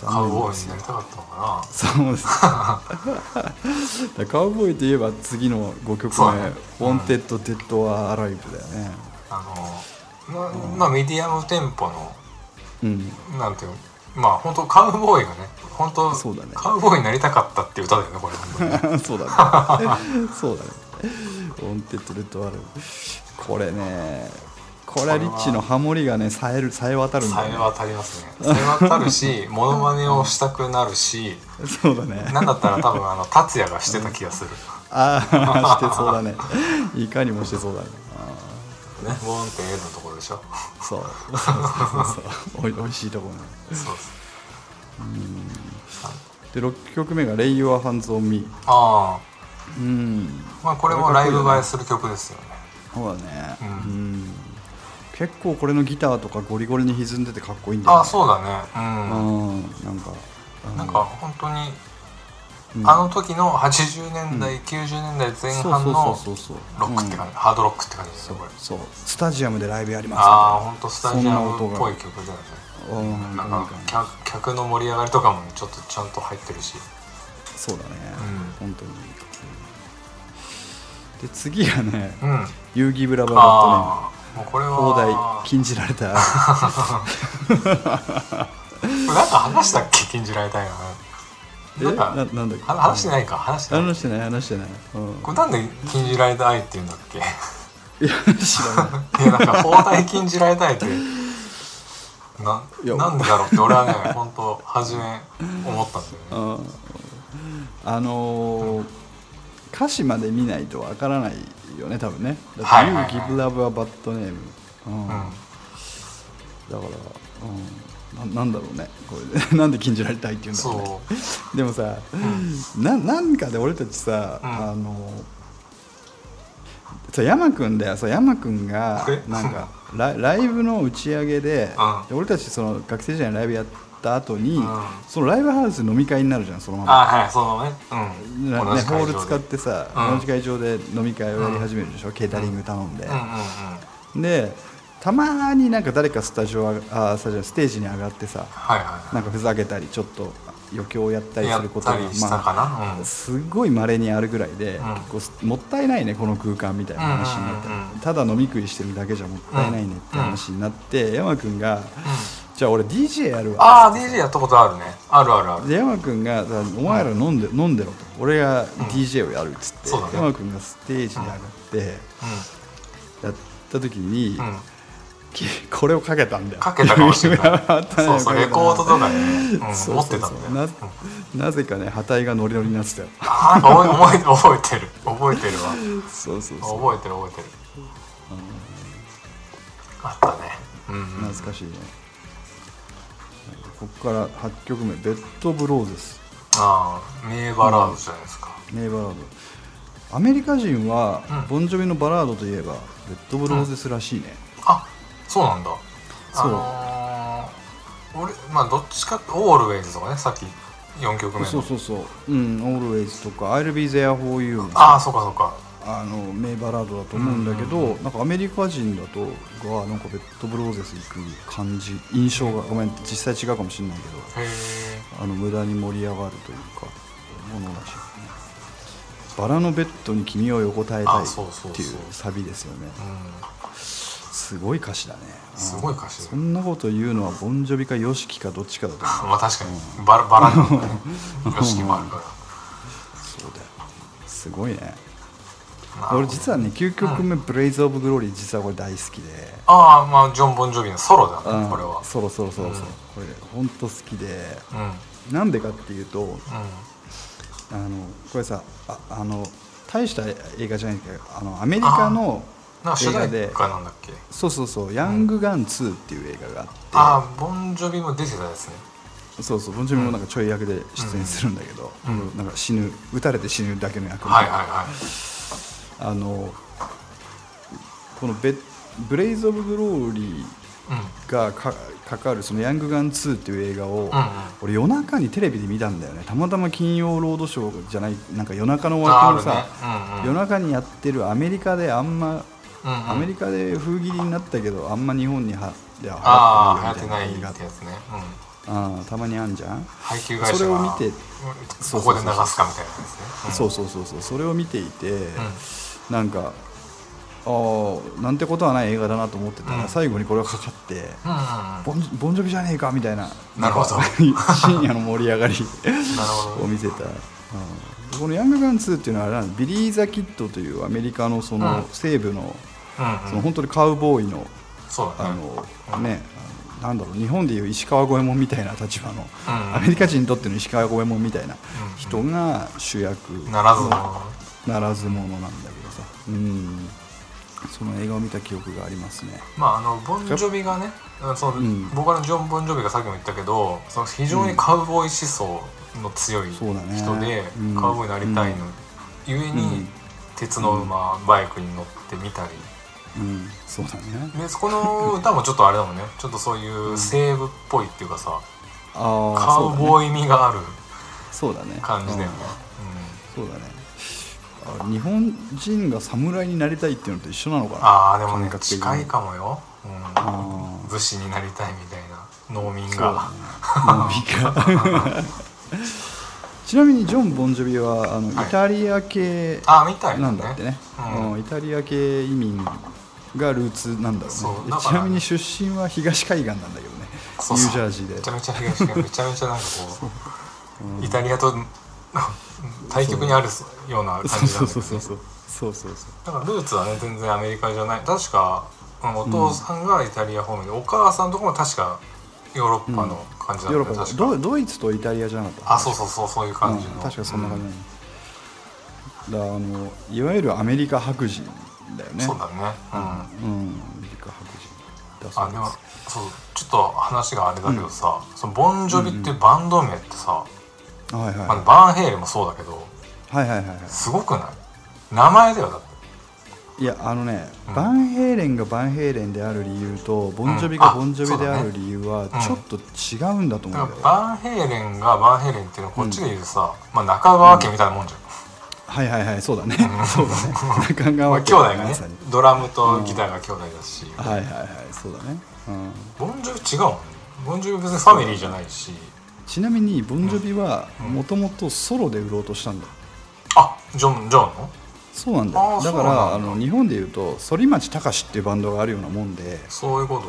Speaker 3: えカウボーイになりたかったのか
Speaker 2: そう
Speaker 3: <laughs>
Speaker 2: ですだからカウボーイといえば次の5曲
Speaker 3: そう
Speaker 2: 目
Speaker 3: だね
Speaker 2: 「ウォンテッド・デッド・アライブ」だよね
Speaker 3: なあのままあミディアムテンポの
Speaker 2: うん
Speaker 3: なんていうのまあ本当カウボーイがね本当
Speaker 2: そうだね
Speaker 3: カウボーイになりたかったっていう歌だよねこれ本当に
Speaker 2: <laughs> そうだね。
Speaker 3: <laughs>
Speaker 2: そうだね。オンテッドレッドアル。これね、これはリッチのハモリがね、さえる、さえ渡るんだ
Speaker 3: さえ
Speaker 2: よね。
Speaker 3: 渡りますねさえ渡るしモノマネをしたくなるし
Speaker 2: そうだね。
Speaker 3: なんだったら多分あの達也がしてた気がする
Speaker 2: ああ、してそうだね。いかにもしてそうだね。あ
Speaker 3: ねボーンって絵のところでしょ
Speaker 2: ーそう。そうそうそうそう。おい、おいしいところね。
Speaker 3: そうです
Speaker 2: で、六曲目がレイユアハンズオンミ
Speaker 3: あ
Speaker 2: ー。うん。
Speaker 3: あまあこれもライブ映えする曲ですよね
Speaker 2: そうだね。
Speaker 3: う
Speaker 2: うんん。結構これのギターとかゴリゴリに歪んでてかっこいいんだよ、ね。
Speaker 3: ああそうだねうん
Speaker 2: うん。なんか。あの
Speaker 3: なんか本当に、
Speaker 2: うん
Speaker 3: あの時の80年代、90年代前半の
Speaker 2: そうそうそうそう
Speaker 3: ロックって感じ、ハードロックって感じですよこれ
Speaker 2: そうスタジアムでライブやります
Speaker 3: ああ本当スタジアム
Speaker 2: そん
Speaker 3: っ
Speaker 2: な
Speaker 3: ぽ
Speaker 2: 音
Speaker 3: い
Speaker 2: が
Speaker 3: 曲だよね
Speaker 2: うん
Speaker 3: なん
Speaker 2: なん
Speaker 3: か
Speaker 2: か
Speaker 3: 客客の盛り上がりとかもちょっとちゃんと入ってるし
Speaker 2: そうだね、
Speaker 3: う
Speaker 2: 本当にで次がね
Speaker 3: うんあ
Speaker 2: 「遊戯ブラバーバット
Speaker 3: あーもうこれは
Speaker 2: ネーム」放題禁じられ
Speaker 3: <laughs>
Speaker 2: た
Speaker 3: これなんか話したっけ禁じられたい
Speaker 2: え
Speaker 3: ななん
Speaker 2: な
Speaker 3: か
Speaker 2: なんだっけ
Speaker 3: は話してないか話してない
Speaker 2: 話してない話してない、うん
Speaker 3: これなんで禁じられた愛って言うんだっけ
Speaker 2: いや知らない
Speaker 3: いやなんか放題禁じられたいってない
Speaker 2: や
Speaker 3: なんでだろうっ
Speaker 2: <laughs>
Speaker 3: て俺はね本当初め思ったんだよね
Speaker 2: ああのー歌詞まで見ないとわからないよね多分ねだ
Speaker 3: はいはいはい
Speaker 2: って You give love a bad name」うん
Speaker 3: うん
Speaker 2: だから、うん、ななんだろうねこれで <laughs> なんで禁じられたいっていうんだろうね
Speaker 3: そう
Speaker 2: <laughs> でもさ、ななんかで俺たちさ、
Speaker 3: うん
Speaker 2: あのさ山君だよさ山君が
Speaker 3: え
Speaker 2: なんかラライブの打ち上げで,で、
Speaker 3: う
Speaker 2: 俺たちその学生時代のライブやった後に、
Speaker 3: ん
Speaker 2: そのライブハウス飲み会になるじゃんそのまま。
Speaker 3: あはいそのねうん
Speaker 2: な
Speaker 3: 同
Speaker 2: ね、
Speaker 3: じ
Speaker 2: ホ
Speaker 3: 会場
Speaker 2: ー
Speaker 3: で
Speaker 2: ル使ってさ、
Speaker 3: う
Speaker 2: 同
Speaker 3: ん
Speaker 2: じ会場で飲み会をやり始めるでしょ、ケータリング頼んで、
Speaker 3: うんうんうん
Speaker 2: でたまになんか誰かスタジオああスタジオステージに上がってさ
Speaker 3: はいはい
Speaker 2: なんかふざけたりちょっと余興をやったり
Speaker 3: や
Speaker 2: す
Speaker 3: っ
Speaker 2: ること
Speaker 3: た
Speaker 2: が
Speaker 3: りした
Speaker 2: ま
Speaker 3: かな、うん
Speaker 2: あ、すごい稀にあるぐらいで、
Speaker 3: ん
Speaker 2: 結構もったいないねこの空間みたいな話になって、
Speaker 3: うんうんうんうん
Speaker 2: ただ飲み食いしてるだけじゃもったいないねって話になって、山君が、じゃあ俺 DJ やるわ
Speaker 3: ああ DJ やったことあるねあるあるある
Speaker 2: で山君がさ「お前ら飲んで,、飲んでろ」と「俺が DJ をやる」っつって、
Speaker 3: そうだね
Speaker 2: 山君がステージに上がって、やった時に、
Speaker 3: うん、うん、
Speaker 2: きこれをかけたんだよ
Speaker 3: かけたかも
Speaker 2: <laughs>
Speaker 3: しれない
Speaker 2: あったね
Speaker 3: そうそうレコードとかにね、うん、
Speaker 2: そう
Speaker 3: 持っ
Speaker 2: そ
Speaker 3: て
Speaker 2: う
Speaker 3: た
Speaker 2: そ
Speaker 3: んだ
Speaker 2: う
Speaker 3: よ
Speaker 2: ななぜかね旗体がノリノリになってたよ
Speaker 3: ああ覚え覚え覚えてる覚えてるわ
Speaker 2: そうそうそう
Speaker 3: 覚えてる覚えてるあったねうんうん
Speaker 2: 懐かしいねここから8曲目「ベッド・ブローゼス
Speaker 3: ああ名バラードじゃないですか」
Speaker 2: 名バラードアメリカ人は、ボンジョビのバラードといえば「ベッド・ブローゼス」らしいね、
Speaker 3: あそうなんだ
Speaker 2: そう
Speaker 3: あのー俺まあどっちかってオールウェイズとかねさっき4曲目の
Speaker 2: そうそうそう「うん、Always」とか「I'll be there for you」
Speaker 3: ああそうかそうか
Speaker 2: あの名バラードだと思うんだけど、なんかアメリカ人だとがなんかベッドブローゼス行く感じ印象がごめん実際違うかもしれないけど
Speaker 3: へえ
Speaker 2: あの無駄に盛り上がるというかものらしいねバラのベッドに君を横たえたい
Speaker 3: あそうそうそう
Speaker 2: っていうサビですよね
Speaker 3: うん
Speaker 2: すごい歌詞だね
Speaker 3: すごい歌詞
Speaker 2: そんなこと言うのはボンジョビかヨシキかどっちかだと思
Speaker 3: まあ確かにバラバラな
Speaker 2: <laughs>
Speaker 3: んだねよしきもあるから
Speaker 2: うそうだよすごいね
Speaker 3: なるほ
Speaker 2: 俺
Speaker 3: ど
Speaker 2: 実はね9曲目「ブレイズ・オブ・グローリー」実はこれ大好きで
Speaker 3: ああまあジョン・ボンジョビのソロだ
Speaker 2: う
Speaker 3: ね
Speaker 2: ん
Speaker 3: これは
Speaker 2: そうそうそうそう、これ本当好きで
Speaker 3: うんうん
Speaker 2: なんでかっていうとあのこれさああの大した映画じゃないんだけどあのアメリカの
Speaker 3: なんか主
Speaker 2: 映画
Speaker 3: 題
Speaker 2: で
Speaker 3: 歌なんだっけ
Speaker 2: そうそうそう「ヤングガン2」っていう映画があっ
Speaker 3: ああボンジョビも出てたですね
Speaker 2: て、そうそうボンジョビもなんかちょい役で出演するんだけど、なんか死ぬ撃たれて死ぬだけの役、
Speaker 3: はいはいはい
Speaker 2: あのこのベ「ブレイズ・オブ・グローリー」
Speaker 3: うん
Speaker 2: がかかかるその「ヤングガン2」っていう映画を、
Speaker 3: うん
Speaker 2: 俺夜中にテレビで見たんだよねたまたま「金曜ロードショー」じゃないなんか夜中の枠のさ、
Speaker 3: ああるねうんうん
Speaker 2: 夜中にやってるアメリカであんま、
Speaker 3: うんうん
Speaker 2: アメリカで風切りになったけどあんま日本にはでは
Speaker 3: ああ流行ってない
Speaker 2: 映画
Speaker 3: ってやつね、うん、
Speaker 2: あーたまにあんじゃん、
Speaker 3: 配給会社が
Speaker 2: それを見て
Speaker 3: うん
Speaker 2: そうそうそう
Speaker 3: ここで流すかみたいなやつね、
Speaker 2: そうそうそうそうそれを見ていて、なんかああなんてことはない映画だなと思ってたら、最後にこれがかかって、
Speaker 3: うんうんうん
Speaker 2: ボンボンジョビじゃねえかみたいな
Speaker 3: なるほど
Speaker 2: んか深夜の盛り上がり
Speaker 3: なるほど
Speaker 2: を見せた、うんこの「ヤングガン2」っていうのはあれなのビリー・ザ・キッドというアメリカのその西部の,、
Speaker 3: うん
Speaker 2: そ
Speaker 3: うん
Speaker 2: の本当にカウボーイの
Speaker 3: そうだ
Speaker 2: あ
Speaker 3: ね
Speaker 2: の、ねあのなんだろう日本でいう石川五右衛門みたいな立場の、
Speaker 3: うん
Speaker 2: アメリカ人にとっての石川五右衛門みたいな人が主役
Speaker 3: ならずもの
Speaker 2: ならず者なんだけどさ、うん、その映画を見た記憶がありますね。
Speaker 3: まああのボンジョビがねうんその、
Speaker 2: ん
Speaker 3: ボーカルのジョン・ボンジョビがさっきも言ったけどその非常にカウボーイ思想の強い人
Speaker 2: そうだね
Speaker 3: で、
Speaker 2: うん
Speaker 3: カウボーイになりたいの、ゆえに、
Speaker 2: うん
Speaker 3: 鉄の馬、バイクに乗ってみたり
Speaker 2: うん、そうだね
Speaker 3: でこの歌もちょっとあれだもんねちょっとそういう西部っぽいっていうかさ、
Speaker 2: ああ
Speaker 3: カウボーイ味がある
Speaker 2: そうだね
Speaker 3: 感じだよね、うん
Speaker 2: うんそうだねあ日本人が侍になりたいっていうのと一緒なのかな
Speaker 3: ああでもね
Speaker 2: 感覚的に
Speaker 3: 近いかもよ、うん
Speaker 2: あ
Speaker 3: 武士になりたいみたいな農民
Speaker 2: そう
Speaker 3: が
Speaker 2: だねもういいかちなみにジョン・ボンジョビはあの、
Speaker 3: はい
Speaker 2: イタリア系
Speaker 3: ああみたい
Speaker 2: な
Speaker 3: なん
Speaker 2: だってね、
Speaker 3: うん
Speaker 2: うんイタリア系移民がルーツなんだろ
Speaker 3: そう
Speaker 2: うね
Speaker 3: だから
Speaker 2: ちなみに出身は東海岸なんだけどね
Speaker 3: そうそう
Speaker 2: ニュージャージーで
Speaker 3: めちゃめちゃ東がめちゃめちゃなんかこう、イタリアと <laughs> 対極にあるような感じなんだけど
Speaker 2: そう
Speaker 3: ね
Speaker 2: そうそうそうそうそうそうそう
Speaker 3: だからルーツはね全然アメリカじゃない確かうんお父さんがイタリア方面で、お母さんとこも確かヨーロッパの感じだった
Speaker 2: ヨ
Speaker 3: よ、
Speaker 2: ーロッパ
Speaker 3: 確か
Speaker 2: ドドイツとイタリアじゃなかった
Speaker 3: あそうそうそうそういう感じの、
Speaker 2: うん確かそんな感じ、だからあのいわゆるアメリカ白人だよね
Speaker 3: そうだねうん、
Speaker 2: うんアメリカ白人だそ
Speaker 3: あ
Speaker 2: う
Speaker 3: で
Speaker 2: で
Speaker 3: も
Speaker 2: す
Speaker 3: そうちょっと話があれだけどさ、そのボンジョビっていうバンド名ってさ、
Speaker 2: はいはい
Speaker 3: あのバーンヘイレンもそうだけど
Speaker 2: はいはいはいは
Speaker 3: すごくない名前だよだって
Speaker 2: いいやあのね、
Speaker 3: うん
Speaker 2: バンヘイレンがバンヘイレンである理由とボンジョビ
Speaker 3: うん
Speaker 2: が
Speaker 3: あ
Speaker 2: ボンジョビである理由は
Speaker 3: だね
Speaker 2: ちょっと違うんだと
Speaker 3: だ
Speaker 2: 思
Speaker 3: か
Speaker 2: うんだよ、
Speaker 3: らバーンヘイレンがバーンヘイレンっていうのはこっちで言うさ、まあ、中川家みたいなもんじゃん、
Speaker 2: はいはいはいそうだね <laughs> そうだね中
Speaker 3: まあ、
Speaker 2: 川
Speaker 3: 兄弟がね
Speaker 2: まさに
Speaker 3: ドラムとギターが兄弟だし、
Speaker 2: はいはいはいそうだねうん
Speaker 3: ボンジョビ違うもんねボンジョビ別にファミリーじゃないし
Speaker 2: ちなみにボンジョビはもともとソロで売ろうとしたんだよ
Speaker 3: あジョンジョンの
Speaker 2: そうなんだよ
Speaker 3: あー
Speaker 2: だか
Speaker 3: そうなん
Speaker 2: ら
Speaker 3: だ
Speaker 2: あの日本でいうと反町隆史っていうバンドがあるようなもんで、
Speaker 3: そういうこと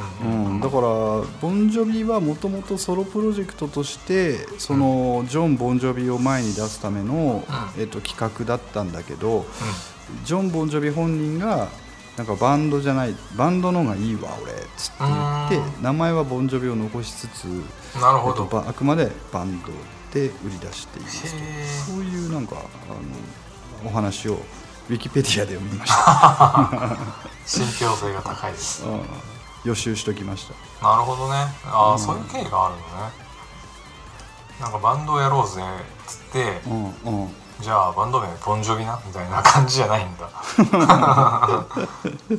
Speaker 3: ねう
Speaker 2: うん
Speaker 3: うん
Speaker 2: ん、だからボンジョビはもともとソロプロジェクトとしてそのジョン・ボンジョビを前に出すための、
Speaker 3: うん
Speaker 2: えっと、企画だったんだけどジョン・ボンジョビ本人がなんかバンドじゃないバンドの方がいいわ俺っつって言っ
Speaker 3: う
Speaker 2: て名前はボンジョビを残しつつ
Speaker 3: なるほ
Speaker 2: えっと
Speaker 3: ど、
Speaker 2: ばあくまでバンドで売り出しています
Speaker 3: へえ
Speaker 2: そういうなんかあのお話をウィキペディアで読みま
Speaker 3: <laughs>
Speaker 2: した、
Speaker 3: 信憑性が高いです
Speaker 2: うん予習しときました
Speaker 3: なるほどねああ、そういう経緯があるのねなんかバンドをやろうぜっつって
Speaker 2: うんうん
Speaker 3: じゃあバンド名ボンジョビなみたいな感じじゃない
Speaker 2: <laughs>
Speaker 3: んだ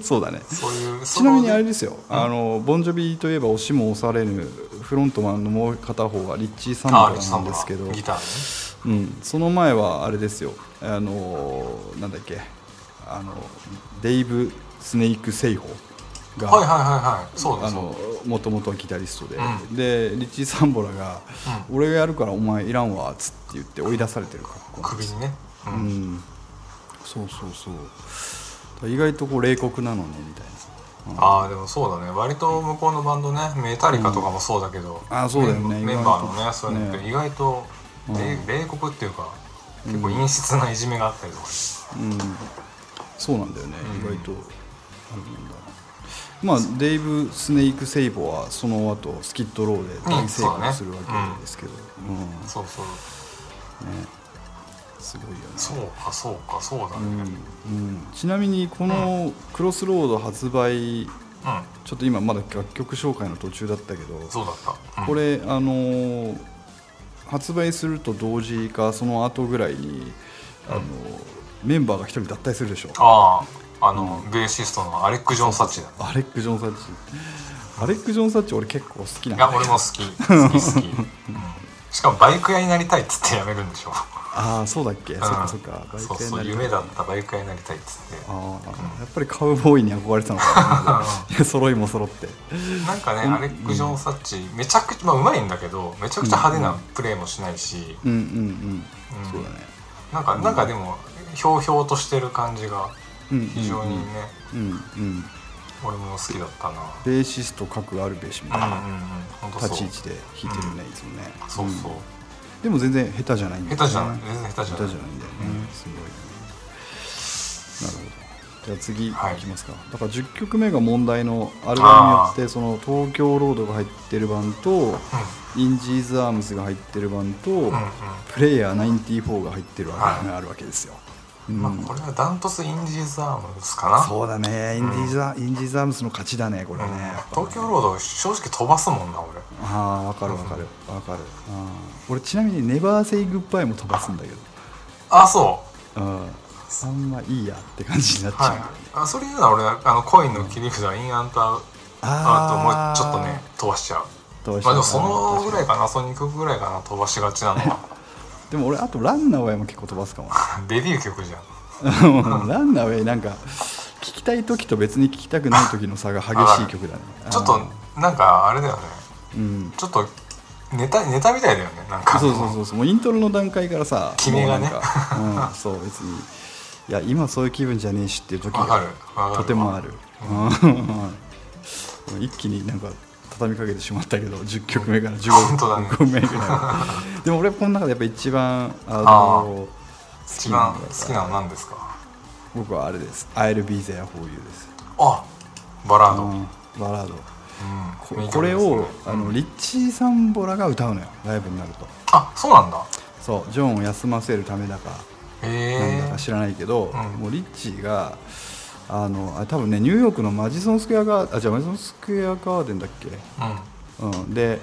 Speaker 2: そうだね
Speaker 3: そういう
Speaker 2: ちなみにあれ
Speaker 3: で
Speaker 2: ですよ、あのボンジョビといえば押しも押されぬフロントマンのもう片方はリッチー・サン
Speaker 3: あ
Speaker 2: バ
Speaker 3: ーリッ
Speaker 2: ラ
Speaker 3: チさ
Speaker 2: なんん
Speaker 3: で
Speaker 2: ですす
Speaker 3: け
Speaker 2: け
Speaker 3: ど
Speaker 2: ど、
Speaker 3: ギターね
Speaker 2: うん、その前はあれですよあのなんだっけあのデイブ・スネイク・セイホーが、
Speaker 3: はいはいはいはいそうだ
Speaker 2: あ
Speaker 3: そうだ
Speaker 2: のもともとはギタリストで、
Speaker 3: う
Speaker 2: でリッチー・サンボラが「俺がやるからお前いらんわ」っつって言って追い出されてる格好
Speaker 3: 首にね、うん
Speaker 2: うんそうそうそうだから意外とこう冷酷なのねみたいな、うん
Speaker 3: ああでもそうだね割と向こうのバンドねメタリカとかもそうだけど、
Speaker 2: あーそうだよね
Speaker 3: メン
Speaker 2: 意外と
Speaker 3: メンバーのねそういうのって
Speaker 2: ね
Speaker 3: 意外と、で冷酷っていうか結構陰湿ない <laughs> じめがあったりとか、
Speaker 2: うん、そうなんだよね、意外とあるもんだまあデイブ・スネイク・セイボはその後スキットローで大成
Speaker 3: うんそうだね
Speaker 2: 功するわけですけど、うん
Speaker 3: そうそう
Speaker 2: すごいよね
Speaker 3: そうかそうかそうだねうん、
Speaker 2: うんちなみにこの「クロスロード」発売ちょっと今まだ楽曲紹介の途中だったけど
Speaker 3: そうだった、うん
Speaker 2: これあのー発売すると同時かその後ぐらいにあのーメンバーが一人脱退するでしょ
Speaker 3: あああの、ベーシストのアレック・ジョン・サッチだね
Speaker 2: アレック・ジョン・サッチアレック・ジョン・サッチ俺結構好きないの
Speaker 3: や俺も好き好き
Speaker 2: <laughs>
Speaker 3: 好き、うんしかもバイク屋になりたいっつってやめるんでしょ
Speaker 2: ああそうだっけ、そっか <laughs> そっか
Speaker 3: うん
Speaker 2: バイ
Speaker 3: そう
Speaker 2: ク屋に
Speaker 3: そ
Speaker 2: な
Speaker 3: う
Speaker 2: りたい
Speaker 3: 夢だったバイク屋になりたいっつって
Speaker 2: ああ、やっぱりカウボーイに憧れてたのか
Speaker 3: <laughs>
Speaker 2: な揃いも揃って
Speaker 3: なんかね、アレック・ジョン・サッチめちゃくちゃまあうまいんだけどめちゃくちゃ派手なプレーもしないし、
Speaker 2: うんうんうん、
Speaker 3: うん
Speaker 2: そうだね
Speaker 3: なんかなんかでもひょうひょうとしてる感じが
Speaker 2: うん
Speaker 3: 非常にね、
Speaker 2: うんうん
Speaker 3: 俺も好きだったな
Speaker 2: ベーシスト各あるべしみたい
Speaker 3: うん
Speaker 2: な
Speaker 3: うんうん本当そう
Speaker 2: 立ち位置で弾いてるね、いつもね
Speaker 3: そうそう、
Speaker 2: でも全然下手じゃないんだよね
Speaker 3: 下手じゃない全然下手じゃ
Speaker 2: 下
Speaker 3: ない
Speaker 2: 手じゃないんだよね、すごいよねなるほどじゃあ次い
Speaker 3: はい
Speaker 2: きますか、だから10曲目が問題のアルバムによってその東京ロードが入ってる版とインジーズ・アームスが入ってる版と、
Speaker 3: うんうん
Speaker 2: プレイヤー94が入ってるアルバムがあるわけですよ、うん
Speaker 3: まあ、これはダントツインジーズアームですかな
Speaker 2: そうだねインディーザ、インディーズ・アームスの勝ちだねこれね、やっぱ
Speaker 3: 東京ロード正直飛ばすもんな俺
Speaker 2: ああわかるわかるわかる、あー俺ちなみに「ネバー・セイ・グッバイ」も飛ばすんだけど
Speaker 3: あそう
Speaker 2: うんあんまいいやって感じになっちゃ
Speaker 3: は
Speaker 2: う
Speaker 3: い
Speaker 2: んだよね、
Speaker 3: あそれ言うなら俺あのコインの切り札インアンター
Speaker 2: あ
Speaker 3: あ
Speaker 2: ー
Speaker 3: ともうちょっとね飛ばしちゃう
Speaker 2: 飛ばしちゃう
Speaker 3: まあでもそのぐらいかなその2曲ぐらいかな飛ばしがちなの
Speaker 2: <laughs>
Speaker 3: は
Speaker 2: でも俺あと「ランナーウェイ」も結構飛ばす
Speaker 3: <laughs>
Speaker 2: かも
Speaker 3: デビュー曲じゃん
Speaker 2: うんランナーウェイなんか聞きたい時と別に聞きたくない時の差が激しい曲だね
Speaker 3: ちょっとなんかあれだよね
Speaker 2: うん
Speaker 3: ちょっとネタネタみたいだよねなんか
Speaker 2: そうそうそうそうもうイントロの段階からさ
Speaker 3: 決めがね
Speaker 2: もうなんか、
Speaker 3: <laughs>
Speaker 2: うん、そう別にいや今そういう気分じゃねえしっていう時
Speaker 3: わかる
Speaker 2: が
Speaker 3: わかる
Speaker 2: とてもある、うん <laughs> 一気になんか畳みかけてしまったけど10曲目から
Speaker 3: 本当だね
Speaker 2: 15曲目ぐらい
Speaker 3: <laughs>
Speaker 2: でも俺この中でやっぱ一番あの好
Speaker 3: 一
Speaker 2: きな
Speaker 3: 番
Speaker 2: の
Speaker 3: 好
Speaker 2: が
Speaker 3: きなの何ですか
Speaker 2: 僕はあれです「I'll be there for you」です、
Speaker 3: あバラード、
Speaker 2: う
Speaker 3: うん
Speaker 2: ん、バラードこ
Speaker 3: 名曲ですね
Speaker 2: これをあのリッチー・サンボラが歌うのよライブになると
Speaker 3: あそうなんだ
Speaker 2: そうジョンを休ませるためだかなん
Speaker 3: へ
Speaker 2: だ
Speaker 3: え
Speaker 2: か知らないけど、
Speaker 3: うん
Speaker 2: もうリッチーがあのあ多分ねニューヨークのマジソンスクエアガーあじゃあマジソンスクエアガーデンだっけ、
Speaker 3: うん
Speaker 2: うん、で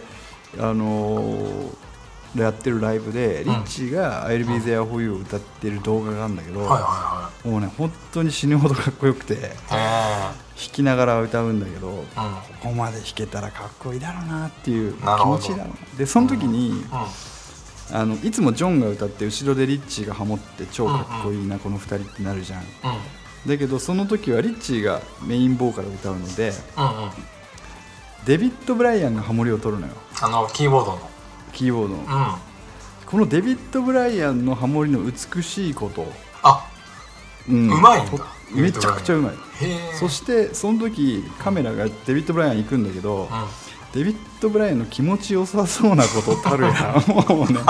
Speaker 2: あのーやってるライブでリッチーが「I'll be there for you」を歌ってる動画があるんだけど、
Speaker 3: はいは
Speaker 2: もうね本当に死ぬほどかっこよくて弾
Speaker 3: いはいへ
Speaker 2: きながら歌うんだけど、
Speaker 3: えうん
Speaker 2: ここまで弾けたらかっこいいだろうなっていう気
Speaker 3: なるほ
Speaker 2: 持
Speaker 3: ど
Speaker 2: ちだろうでその時に、
Speaker 3: うん
Speaker 2: あのいつもジョンが歌って後ろでリッチーがハモって超かっこいいな、この2人ってなるじゃん
Speaker 3: うん
Speaker 2: だけどその時はリッチーがメインボーカルを歌うので
Speaker 3: うんうん
Speaker 2: デビッド・ブライアンがハモリを取るのよ
Speaker 3: あのキーボードの
Speaker 2: キーボードの
Speaker 3: うん
Speaker 2: このデビッド・ブライアンのハモリの美しいこと、
Speaker 3: あ
Speaker 2: うん
Speaker 3: うまいんだ
Speaker 2: と
Speaker 3: デビ
Speaker 2: め
Speaker 3: ッド
Speaker 2: ち
Speaker 3: ブ
Speaker 2: ゃ
Speaker 3: ライアン
Speaker 2: くちゃうまい
Speaker 3: へえ
Speaker 2: そしてその時カメラがデビッド・ブライアン行くんだけど、
Speaker 3: うん
Speaker 2: デビッド・ブライアンの気持ちよさそうなことたるやんもうね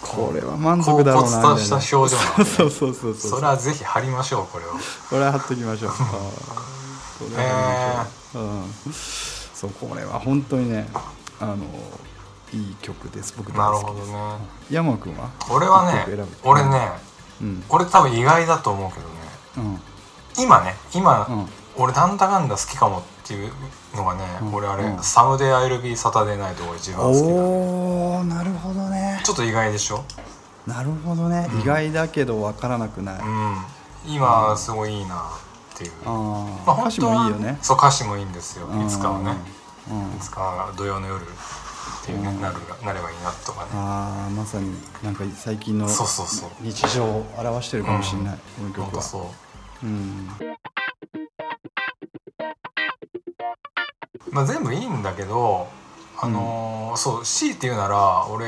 Speaker 2: これは満足だろうなみたい
Speaker 3: こう
Speaker 2: な
Speaker 3: こつとした表情なんだね
Speaker 2: そうそうそうそう
Speaker 3: それはぜひ貼りましょうこれを
Speaker 2: これは貼っときましょうあーこれは貼っときましょううんそうこれは本当にねあのいい曲です僕
Speaker 3: な
Speaker 2: 大
Speaker 3: る
Speaker 2: 好
Speaker 3: ほ
Speaker 2: き
Speaker 3: ど
Speaker 2: です
Speaker 3: ね
Speaker 2: 山君は
Speaker 3: 俺はね
Speaker 2: 一曲選ぶ
Speaker 3: 俺ね
Speaker 2: うん
Speaker 3: 俺多分意外だと思うけどね
Speaker 2: うん
Speaker 3: 今ね今、
Speaker 2: うん
Speaker 3: 俺なんだかんだ好きかもっていうのがね、
Speaker 2: うん
Speaker 3: 俺あれ、
Speaker 2: うん
Speaker 3: サムデイ・アイル・ビー・サタデー・ナイトが一番好きだね
Speaker 2: おおなるほどね
Speaker 3: ちょっと意外でしょ
Speaker 2: なるほどね、
Speaker 3: うん
Speaker 2: 意外だけど分からなくない、
Speaker 3: う
Speaker 2: あ
Speaker 3: ん今すごいいいなっていう、
Speaker 2: あ
Speaker 3: まあ
Speaker 2: ー歌詞もいいよね
Speaker 3: そう歌詞もいいんですよいつかはね
Speaker 2: うんうん
Speaker 3: いつかは土曜の夜っていうね、なるなればいいなとかね
Speaker 2: ああまさになんか最近の
Speaker 3: そうそうそう
Speaker 2: 日常を表してるかもしれない、この
Speaker 3: 本
Speaker 2: 曲
Speaker 3: 当
Speaker 2: は
Speaker 3: そ
Speaker 2: う
Speaker 3: う
Speaker 2: ん
Speaker 3: まあ、全部いいんだけど、あのーそう C って言うなら俺、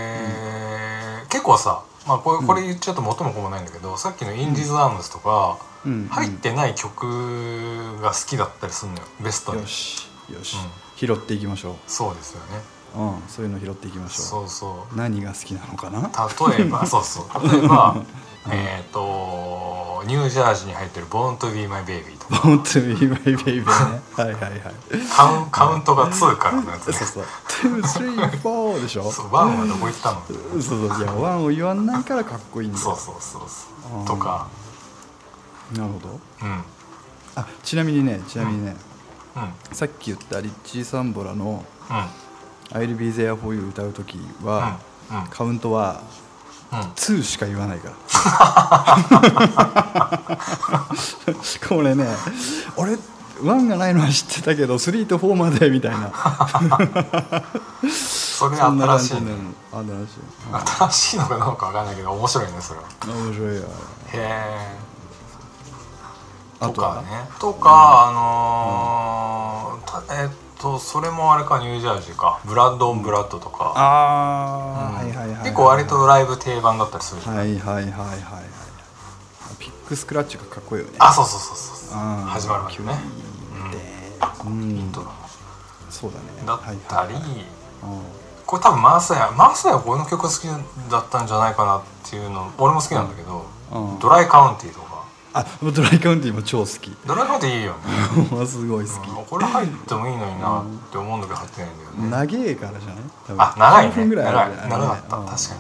Speaker 3: 結構さ、まあ、これこれ言っちゃうと元も子もないんだけど、さっきの「インディーズ・アームズ」とか、
Speaker 2: うん
Speaker 3: 入ってない曲が好きだったりするのよベストに
Speaker 2: よしよし、
Speaker 3: うん
Speaker 2: 拾っていきましょ
Speaker 3: そうですよね
Speaker 2: う、うん、そういうの拾っていきましょう
Speaker 3: そうそう
Speaker 2: 何が好きなのかな
Speaker 3: 例えばそうそう例
Speaker 2: <laughs>
Speaker 3: えばえっとニュージャージーに入ってる「Born to be my baby」とか
Speaker 2: 「 <laughs> 本当に b マイベイビーねはいはいはい
Speaker 3: カウンカウントが2からのやつ
Speaker 2: そう
Speaker 3: ね
Speaker 2: そう234でしょそ
Speaker 3: そ
Speaker 2: う
Speaker 3: ワンはどこ行ったのそう
Speaker 2: うそういやワンを言わないからかっこいいんだよ
Speaker 3: そうそうそううんとか
Speaker 2: なるほど
Speaker 3: うん
Speaker 2: あちなみにねちなみにね、
Speaker 3: うん
Speaker 2: さっき言ったリッチー・サンボラの
Speaker 3: うん
Speaker 2: 「I'll be there for you」歌う時は、
Speaker 3: うんうん
Speaker 2: カウントは
Speaker 3: うん
Speaker 2: 2しか言わないから
Speaker 3: <laughs>
Speaker 2: これね俺1がないのは知ってたけど3と4までみたい
Speaker 3: <laughs>
Speaker 2: な
Speaker 3: それ
Speaker 2: そんな
Speaker 3: 新
Speaker 2: 感
Speaker 3: し
Speaker 2: じ
Speaker 3: い
Speaker 2: な
Speaker 3: ね
Speaker 2: の新しい
Speaker 3: 新しいのかどうかわかんないけど面白いねそれは
Speaker 2: うん面白いよ
Speaker 3: へえ
Speaker 2: あれあ
Speaker 3: と
Speaker 2: とは
Speaker 3: かねとか、あのーたえっとそれもあれかニュージャージーかブラッド・オン・ブラッドとか、
Speaker 2: あー、は
Speaker 3: うん
Speaker 2: いはいはいはい
Speaker 3: 結構割とライブ定番だったりするじゃん、
Speaker 2: はいはいはいはいはいピックスクラッチがかっこいいよね
Speaker 3: あそうそうそうそうそう
Speaker 2: あー
Speaker 3: 始まるわけ
Speaker 2: 急
Speaker 3: ね
Speaker 2: にねうん、
Speaker 3: ドラ
Speaker 2: そうだね
Speaker 3: だったり、
Speaker 2: はいはいはいうん
Speaker 3: これ多分マーサヤマーサヤこの曲好きだったんじゃないかなっていうの俺も好きなんだけど、
Speaker 2: うん
Speaker 3: ドライカウンティーとか
Speaker 2: あドライカウンティーも超好き <laughs>
Speaker 3: ドライカウンティーいいよね、
Speaker 2: すごい好き、
Speaker 3: うんこれ入ってもいいのになって思うんだけど入ってないんだよね、
Speaker 2: 長えからじゃない多分
Speaker 3: あ長い
Speaker 2: 3
Speaker 3: ね
Speaker 2: 分ぐらいあ
Speaker 3: 長
Speaker 2: るじ
Speaker 3: い
Speaker 2: ゃない
Speaker 3: 長かった
Speaker 2: うん
Speaker 3: 確かにそう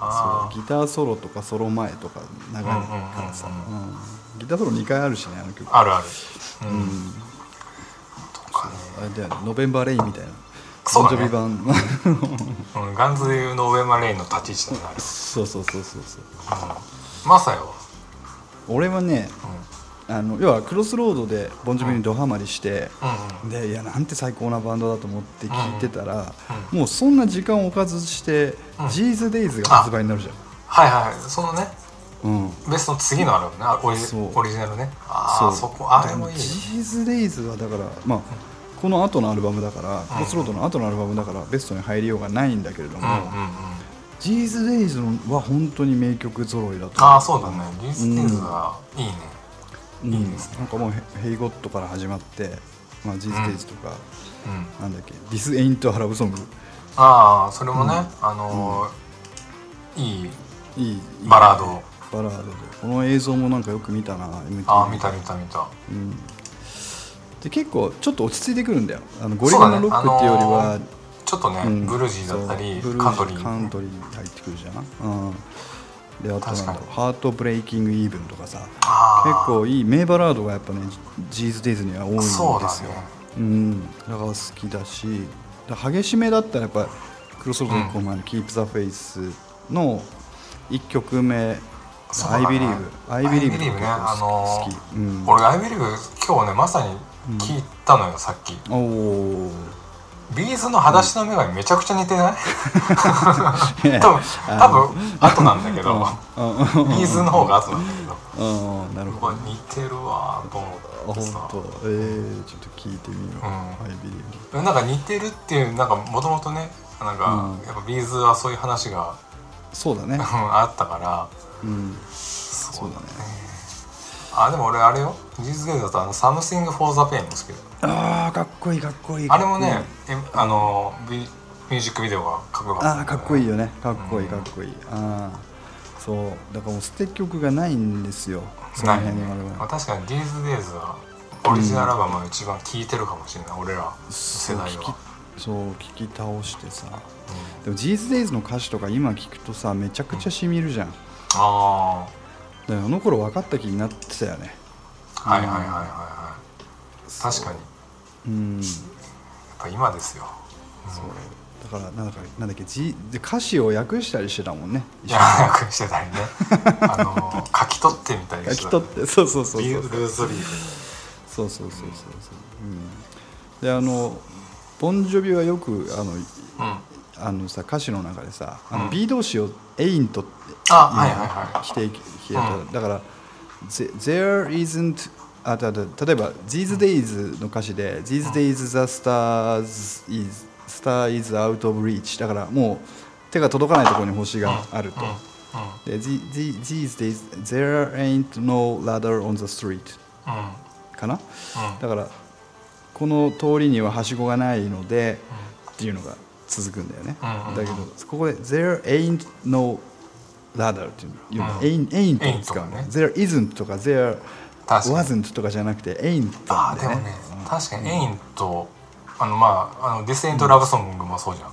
Speaker 3: だあ
Speaker 2: そうギターソロとかソロ前とか長いからさ、
Speaker 3: うんう
Speaker 2: うんギターソロ2回あるしねあの曲
Speaker 3: ーあるあるうん、とかね
Speaker 2: あれだよねノベンバーレインみたいな
Speaker 3: そうだね
Speaker 2: ボンジョビ版 <laughs>
Speaker 3: うん、ガンズでいうノーウェマレインの立ち位置だね
Speaker 2: そうそうそうそうそう
Speaker 3: あれ、うん、マサヤは、
Speaker 2: 俺はね
Speaker 3: うん、うん
Speaker 2: あの要はクロスロードでボンジョビにドハマりして、
Speaker 3: うん
Speaker 2: でいやなんて最高なバンドだと思って聞いてたら、もうそんな時間を置かずして「ジーズ・デイズ」が発売になるじ
Speaker 3: はいはいそのね
Speaker 2: ゃん。うん
Speaker 3: ベストの次のアルバムねあオリ
Speaker 2: そう
Speaker 3: オリジナルねああそこあれもいい
Speaker 2: ジーズ・デイズはだからまあこの後のアルバムだから、クロスロードの後のアルバムだからベストに入りようがないんだけれども、
Speaker 3: うんうんうん
Speaker 2: ジーズ・デイズは本当に名曲揃いだと
Speaker 3: ああそうだねリス・ティーズはいいね
Speaker 2: うん
Speaker 3: いいですね
Speaker 2: なんかもう「ヘイ・ゴッド」から始まって、まあ、ジーズ・デイズとか、
Speaker 3: うん、
Speaker 2: なんだっけ「This Ain't a Love Song
Speaker 3: ああそれもね、あのーいい」
Speaker 2: いいいい
Speaker 3: バラード
Speaker 2: バラードでこの映像もなんかよく見たな MTV
Speaker 3: ああ見た見た見た
Speaker 2: うんで結構ちょっと落ち着いてくるんだよあのゴリラのロックっていうよりは、
Speaker 3: そうだねあのーちょっとね、
Speaker 2: うん
Speaker 3: ブルージーだったり
Speaker 2: そうブル
Speaker 3: カントリ
Speaker 2: カン
Speaker 3: ー
Speaker 2: トリー入ってくるじゃん、うん、であとなんだろ
Speaker 3: 確か
Speaker 2: うハートブレイキングイーブンとかさ結
Speaker 3: あ
Speaker 2: 構いい名バラードがやっぱねジーズ・デイズには多いん
Speaker 3: あ
Speaker 2: です
Speaker 3: そ
Speaker 2: よ
Speaker 3: うだね
Speaker 2: うん、だから好きだしだから激しめだったらやっぱクロスロードのこの前の「Keep the Face」の1曲目
Speaker 3: そうだ
Speaker 2: アイ
Speaker 3: ね
Speaker 2: ビリーブアイビリーブ
Speaker 3: ねあの
Speaker 2: 好き、
Speaker 3: ー
Speaker 2: うん、
Speaker 3: 俺アイビリーブ今日ねまさに聞いたのよ、さっき
Speaker 2: おお
Speaker 3: ビーズの裸足の女神めちゃくちゃ似てない
Speaker 2: いや
Speaker 3: 多
Speaker 2: <laughs>
Speaker 3: 分多分後なんだけど
Speaker 2: うん
Speaker 3: ビーズの方が後なんだけど
Speaker 2: うんうんなる
Speaker 3: う
Speaker 2: ほ
Speaker 3: わ
Speaker 2: ど
Speaker 3: 似てるわーと
Speaker 2: あ
Speaker 3: 思ってさ
Speaker 2: 本当えー、ちょっと聞いてみよう、
Speaker 3: うん
Speaker 2: アイビリーブ
Speaker 3: なんか似てるっていうなんかもともとねなんか、やっぱビーズはそういう話が、
Speaker 2: そうだ
Speaker 3: う
Speaker 2: ね
Speaker 3: ん、あったから
Speaker 2: うん
Speaker 3: そ
Speaker 2: そうだね
Speaker 3: あでも俺あれよジーズ・ゲイだとあの「サムシング・フォー・ザ・ペイン」も好きだよ
Speaker 2: ああかっこいいかっこいい
Speaker 3: あれもね
Speaker 2: かっこいい、
Speaker 3: えあのビミュージックビデオがかっこよかった、
Speaker 2: あーかっこいい
Speaker 3: よ
Speaker 2: よねかっこいい
Speaker 3: うん
Speaker 2: かっこいい、ああそうだからもう捨て曲がないんですよその辺のアルバム
Speaker 3: 確かにディーズ・デイズはオリジナルアルバムが一番聴いてるかもしれない、俺らの世代は、
Speaker 2: そう聞き倒してさでも G's Days の歌詞とか今聞くとさめちゃくちゃしみるじゃん、だ
Speaker 3: あ
Speaker 2: からあの頃分かった気になってたよね
Speaker 3: あーはいはいはいはいはい確かにや
Speaker 2: うん
Speaker 3: っぱ今ですよ
Speaker 2: そうだからなんだかなんだっけ、G、で歌詞を訳したりしてたもんね
Speaker 3: い
Speaker 2: 一緒
Speaker 3: や
Speaker 2: に <laughs>
Speaker 3: 早くしてたりねあの書き取ってみたり
Speaker 2: 書
Speaker 3: して
Speaker 2: き
Speaker 3: たり
Speaker 2: 取ってそうそうそう
Speaker 3: ビ
Speaker 2: そ
Speaker 3: ル
Speaker 2: う
Speaker 3: ルーズリーフ
Speaker 2: そうそうそうそうそう、うん、であのボンジョビはよくあの
Speaker 3: うんあ
Speaker 2: あのさ歌詞の中でさあ
Speaker 3: うん
Speaker 2: の B 動詞を「エイント」って
Speaker 3: はいはいはい
Speaker 2: して消えた、だから「ぜ There isn't」あだだ例えば「These days」の歌詞で「These days the stars is star is out of reach」だからもう手が届かないところに星があると。
Speaker 3: う
Speaker 2: で「The- the- These days there ain't no ladder on the street」
Speaker 3: んうん
Speaker 2: かな
Speaker 3: うん
Speaker 2: だからこの通りにははしごがないのでっていうのが続くんだよね、
Speaker 3: うんうんうん
Speaker 2: だけどここで「There ain't no ladder」っていうの「
Speaker 3: うん
Speaker 2: ain't, ain't」
Speaker 3: ain't
Speaker 2: を使うね
Speaker 3: ね
Speaker 2: 「There isn't」とか「There
Speaker 3: 確かに
Speaker 2: wasn't」とかじゃなくて「ain't」な
Speaker 3: あー
Speaker 2: ん
Speaker 3: で
Speaker 2: だ
Speaker 3: も
Speaker 2: よ
Speaker 3: ね、確かにエインとあのまああのディスエントラブソングもそうじゃん、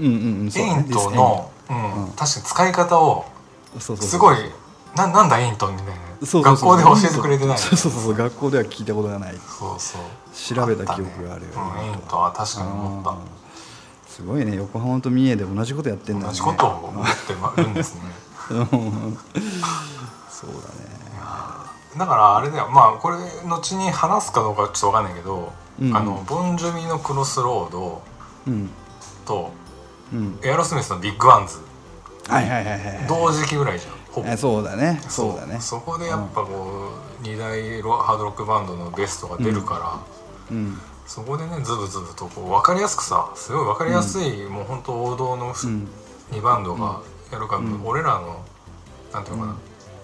Speaker 2: うんうんうんそう
Speaker 3: エイ
Speaker 2: だね
Speaker 3: ントの、うん確かに使い方を
Speaker 2: This ain't そうそうそう
Speaker 3: すごいななんだエイントみたいな
Speaker 2: そうそう
Speaker 3: 学
Speaker 2: そう
Speaker 3: 校で教えてくれてない
Speaker 2: そうそうそうそう学校では聞いたことがない
Speaker 3: そうそう
Speaker 2: 調べた記憶があるよ、
Speaker 3: うんエイントは確かに思
Speaker 2: あ
Speaker 3: っ
Speaker 2: すごいね横浜と三重で同じことやってんだね
Speaker 3: た同じことを思ってるんですね
Speaker 2: そうだね
Speaker 3: だからあれだよまあこれ後に話すかどうかちょっとわかんないけど、
Speaker 2: うん
Speaker 3: あのボンジョビのクロスロード
Speaker 2: うん
Speaker 3: と
Speaker 2: うん
Speaker 3: エアロスミスのビッグワンズ
Speaker 2: はいはいはいはい
Speaker 3: 同時期ぐらいじゃんほぼ
Speaker 2: えそうだねそうだね
Speaker 3: そこでやっぱこう、二大ロハードロックバンドのベストが出るから、
Speaker 2: うん
Speaker 3: そこでねズブズブとこう分かりやすくさすごい分かりやすい、もう本当王道の
Speaker 2: う
Speaker 3: 2
Speaker 2: ん
Speaker 3: バンドがやるから、俺らのなんていうのか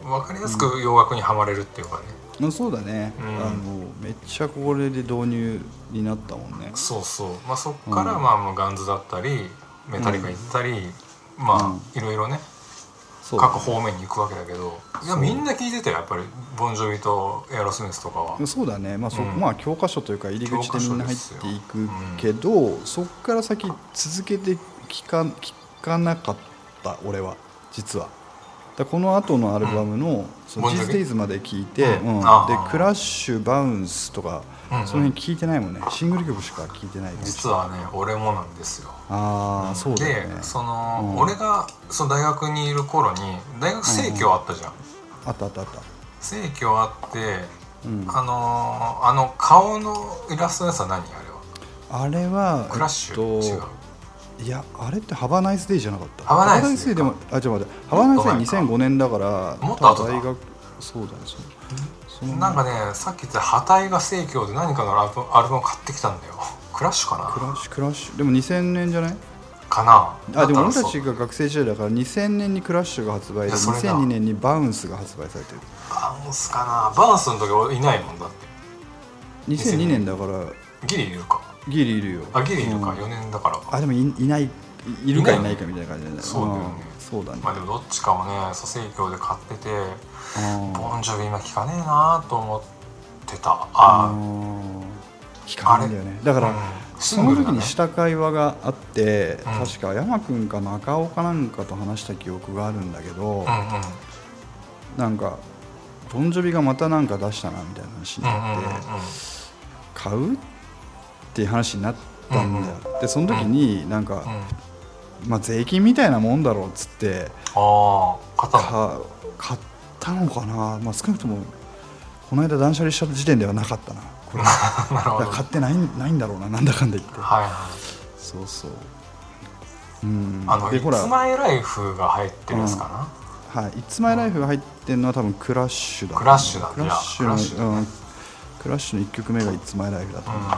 Speaker 3: な、分かりやすく洋楽にはまれるっていうかね、
Speaker 2: まあそうだね、
Speaker 3: うん
Speaker 2: あのめっちゃこれで導入になったもんね
Speaker 3: そうそう、まあ、そっから、まあもうガンズだったりメタリカ行ったり、まあ、いろいろね
Speaker 2: そうだ
Speaker 3: 各方面に行くわけだけどいやみんな聞いてたよやっぱりボンジョビとエアロスミスとかは。
Speaker 2: そうだね、まあそ
Speaker 3: うん
Speaker 2: まあ教科書というか入り口でみんな入っていくけど、そっから先続けて聞か聞かなかった俺は実はだこの後のアルバムの「その
Speaker 3: もう一
Speaker 2: These
Speaker 3: 回
Speaker 2: Days」まで聞いて、
Speaker 3: うん
Speaker 2: うんで
Speaker 3: あ
Speaker 2: 「
Speaker 3: ー
Speaker 2: クラッシュバウンス」とか、
Speaker 3: うんうん
Speaker 2: その辺聞いてないもんねシングル曲しか聞いてないです
Speaker 3: 実はね俺もなんですよ
Speaker 2: ああそうだよね
Speaker 3: でその、
Speaker 2: うん
Speaker 3: 俺がその大学にいる頃に大学生協あったじゃん、
Speaker 2: あったあったあった
Speaker 3: 生協あって、
Speaker 2: うん
Speaker 3: あのーあの顔のイラストのやつは何あれは
Speaker 2: あれは
Speaker 3: クラッシュ、
Speaker 2: え
Speaker 3: 違
Speaker 2: っ
Speaker 3: う
Speaker 2: といやあれってハバナイスデイじゃなかった
Speaker 3: ハバナイスデイ
Speaker 2: ハバナイスデイでもあちょっと待ってハバナイスデイ2005年だから
Speaker 3: もっと後だ
Speaker 2: 大学そうだねそうその
Speaker 3: なんかねさっき言った破体が生協で何かのアルバアルバム買ってきたんだよ <laughs> クラッシュか
Speaker 2: ク
Speaker 3: な
Speaker 2: ラッシュクラッシュでも2000年じゃない
Speaker 3: かな
Speaker 2: あでも
Speaker 3: だ
Speaker 2: 俺
Speaker 3: った
Speaker 2: た
Speaker 3: ら
Speaker 2: ち
Speaker 3: そう
Speaker 2: が学生時代だから2000年にクラッシュが発売
Speaker 3: い
Speaker 2: で
Speaker 3: やそれだ
Speaker 2: 2002年にバウンスが発売されてる
Speaker 3: バウンスかなバウンスの時俺いないもんだって
Speaker 2: 2002年だから
Speaker 3: ギリいるか
Speaker 2: ギリいるよ
Speaker 3: あギリいるか、
Speaker 2: うん
Speaker 3: 4年だからか
Speaker 2: あでもいいないいるか
Speaker 3: い
Speaker 2: い
Speaker 3: な
Speaker 2: ないいかみたいな感じだね
Speaker 3: そうだよね
Speaker 2: んそうだね
Speaker 3: まあでもどっちかもね蘇生協で買ってて
Speaker 2: あー
Speaker 3: ボンジョビ今聞かねえなと思ってたあ
Speaker 2: 聞かないんだよねだから、
Speaker 3: うんシ
Speaker 2: そ
Speaker 3: ング
Speaker 2: の
Speaker 3: ルだ
Speaker 2: 時
Speaker 3: ね
Speaker 2: にした会話があって、
Speaker 3: うん
Speaker 2: 確か山君か中尾かなんかと話した記憶があるんだけど、
Speaker 3: あうんうん
Speaker 2: なんかボンジョビがまたなんか出したなみたいな話になって、
Speaker 3: うんうんうんうん
Speaker 2: 買うっていう話になったんだよ、でその時になんか、
Speaker 3: うん
Speaker 2: まあ、税金みたいなもんだろうっつって
Speaker 3: ああ買ったの
Speaker 2: か買ったのかな、まあ、少なくともこの間断捨離した時点ではなか <laughs> ったなこれだか
Speaker 3: <laughs> なるほど
Speaker 2: ら
Speaker 3: はい
Speaker 2: 買ってないないんだろうななんだかんだ言って
Speaker 3: はい
Speaker 2: そうそう。うん、
Speaker 3: あの「
Speaker 2: で
Speaker 3: い
Speaker 2: ほら、
Speaker 3: つ
Speaker 2: は
Speaker 3: まいライフ」が入ってるやつかな、
Speaker 2: い、いつまいライフが入ってるのは多分クラッシュだ、
Speaker 3: クラッシュだ
Speaker 2: クラッシュ
Speaker 3: いやクラッシュだ
Speaker 2: の、
Speaker 3: ね
Speaker 2: うん、クラッシュの一曲目がいつまいライフだと
Speaker 3: うん
Speaker 2: 思う。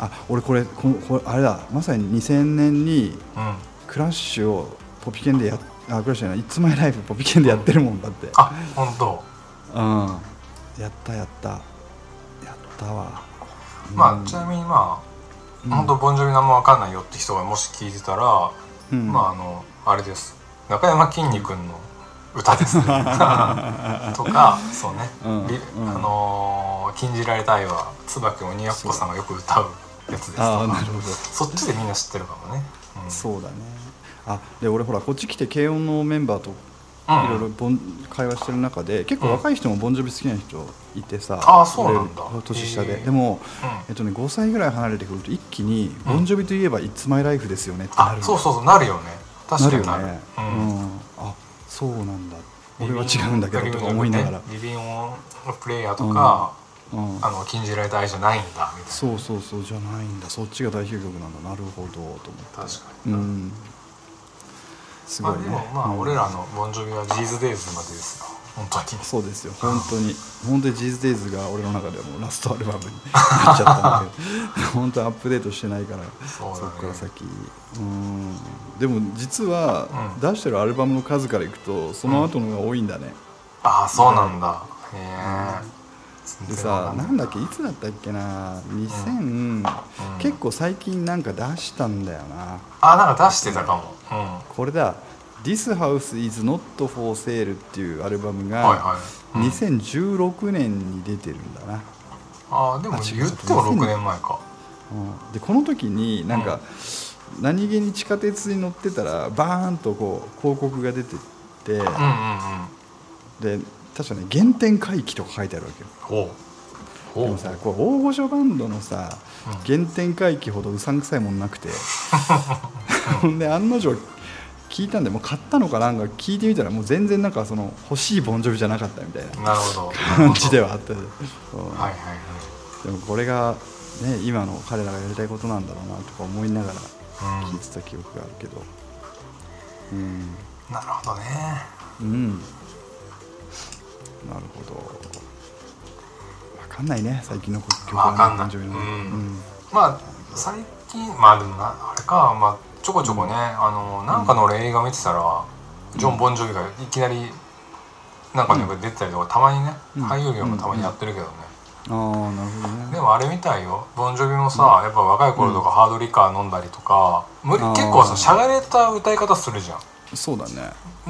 Speaker 2: あ俺これここれあれだまさに2000年に
Speaker 3: うん
Speaker 2: クラッシュをポピケンでやっあクラッシュじゃない「いつまいライフ」ポピケンでやってるもんだって
Speaker 3: あ本当
Speaker 2: うんやったやったやったわ
Speaker 3: まあちなみにまあ、
Speaker 2: うん
Speaker 3: 本当ボンジョビ何もわかんないよって人がもし聞いてたら、
Speaker 2: うん
Speaker 3: まああのあれです中山きんに君の歌です、
Speaker 2: <laughs>
Speaker 3: ね、とかそうね、
Speaker 2: うん
Speaker 3: り
Speaker 2: うん
Speaker 3: あのー禁じられた愛は椿鬼奴さんがよく歌うやつですと
Speaker 2: ああな
Speaker 3: か
Speaker 2: るほど
Speaker 3: そっちでみんな知ってるかもね、うん、
Speaker 2: そうだねあで俺ほらこっち来て慶応のメンバーと
Speaker 3: うん
Speaker 2: いろいろボン会話してる中で結構若い人もボンジョビ好きな人いてさ、
Speaker 3: あーそうなんだ
Speaker 2: 俺より年下
Speaker 3: へ
Speaker 2: で
Speaker 3: ー
Speaker 2: でも、
Speaker 3: うん
Speaker 2: えっとね、5歳ぐらい離れてくると一気に「ボンジョビといえば It's My Life ですよね」ってな
Speaker 3: あ
Speaker 2: る
Speaker 3: そうそうそうなるよね確
Speaker 2: な
Speaker 3: か
Speaker 2: るよ
Speaker 3: に
Speaker 2: ね
Speaker 3: なるうん
Speaker 2: うんあそうなんだ俺は違うんだけどとか思いながら、
Speaker 3: リビンオンプレイヤーとか、
Speaker 2: うん、
Speaker 3: あの禁じられた愛じゃないんだみたい
Speaker 2: そうそうそうじゃないんだそっちが代表曲なんだなるほどと思って
Speaker 3: な確か
Speaker 2: う
Speaker 3: に、
Speaker 2: んす
Speaker 3: ま
Speaker 2: ごい
Speaker 3: あ
Speaker 2: ね
Speaker 3: でもまあ
Speaker 2: うん
Speaker 3: 俺らのボンジョビはジーズデイズまでですよ本当に
Speaker 2: そうですよ本当に本当に「ジーズデイズが俺の中ではもうラストアルバムに
Speaker 3: <laughs>
Speaker 2: なっちゃったんで本当にアップデートしてないから
Speaker 3: そうだね
Speaker 2: っから先うんでも実は
Speaker 3: うん
Speaker 2: 出してるアルバムの数からいくとその後の方が多いんだね、
Speaker 3: ああそうなんだ、へえ
Speaker 2: でさなんだっけいつだったっけな2000、結構最近なんか出したんだよな
Speaker 3: あなんか出してたかもうんは
Speaker 2: これだ「This House is Not for Sale」っていうアルバム
Speaker 3: い
Speaker 2: が
Speaker 3: はい、うん
Speaker 2: 2016年に出てるんだな、
Speaker 3: あでも
Speaker 2: あ違う
Speaker 3: 言っても6年前か
Speaker 2: うんでこの時になんか、何気に地下鉄に乗ってたらバーンとこう広告が出てって、
Speaker 3: うんうんうん
Speaker 2: で確かね「原点回帰」とか書いてあるわけよ
Speaker 3: ほう
Speaker 2: で
Speaker 3: ほ
Speaker 2: も
Speaker 3: う
Speaker 2: さこう大御所バンドのさ
Speaker 3: う
Speaker 2: 原点回帰ほどうさんくさいもんなく
Speaker 3: <laughs>
Speaker 2: てほんで案の定聞いたんでもう買ったのかなんか聞いてみたらもう全然なんかその欲しいボンジョビじゃなかったみたいな
Speaker 3: なるほど
Speaker 2: 感じではあったで、うん
Speaker 3: はいはいはい
Speaker 2: でもこれが、ね、今の彼らがやりたいことなんだろうなとか思いながら聞いてた記憶があるけどうん、
Speaker 3: うんなるほどね
Speaker 2: うん、なるほどわかんないね最近の曲は
Speaker 3: わかんない
Speaker 2: ボンジョビの
Speaker 3: うん
Speaker 2: うん
Speaker 3: まあ最近まあでもなあれかまあちょこちょこねあのなんかの俺映画見てたらジョン・ボンジョビがいきなりなんかの役で出てたりとかたまにね
Speaker 2: うん
Speaker 3: 俳優業もたまにやってるけどね
Speaker 2: ああなるほどね
Speaker 3: でもあれみたいよボンジョビもさやっぱ若い頃とかハードリカー飲んだりとか無理
Speaker 2: あー
Speaker 3: 結構さしゃがれた歌い方するじゃ
Speaker 2: そうだね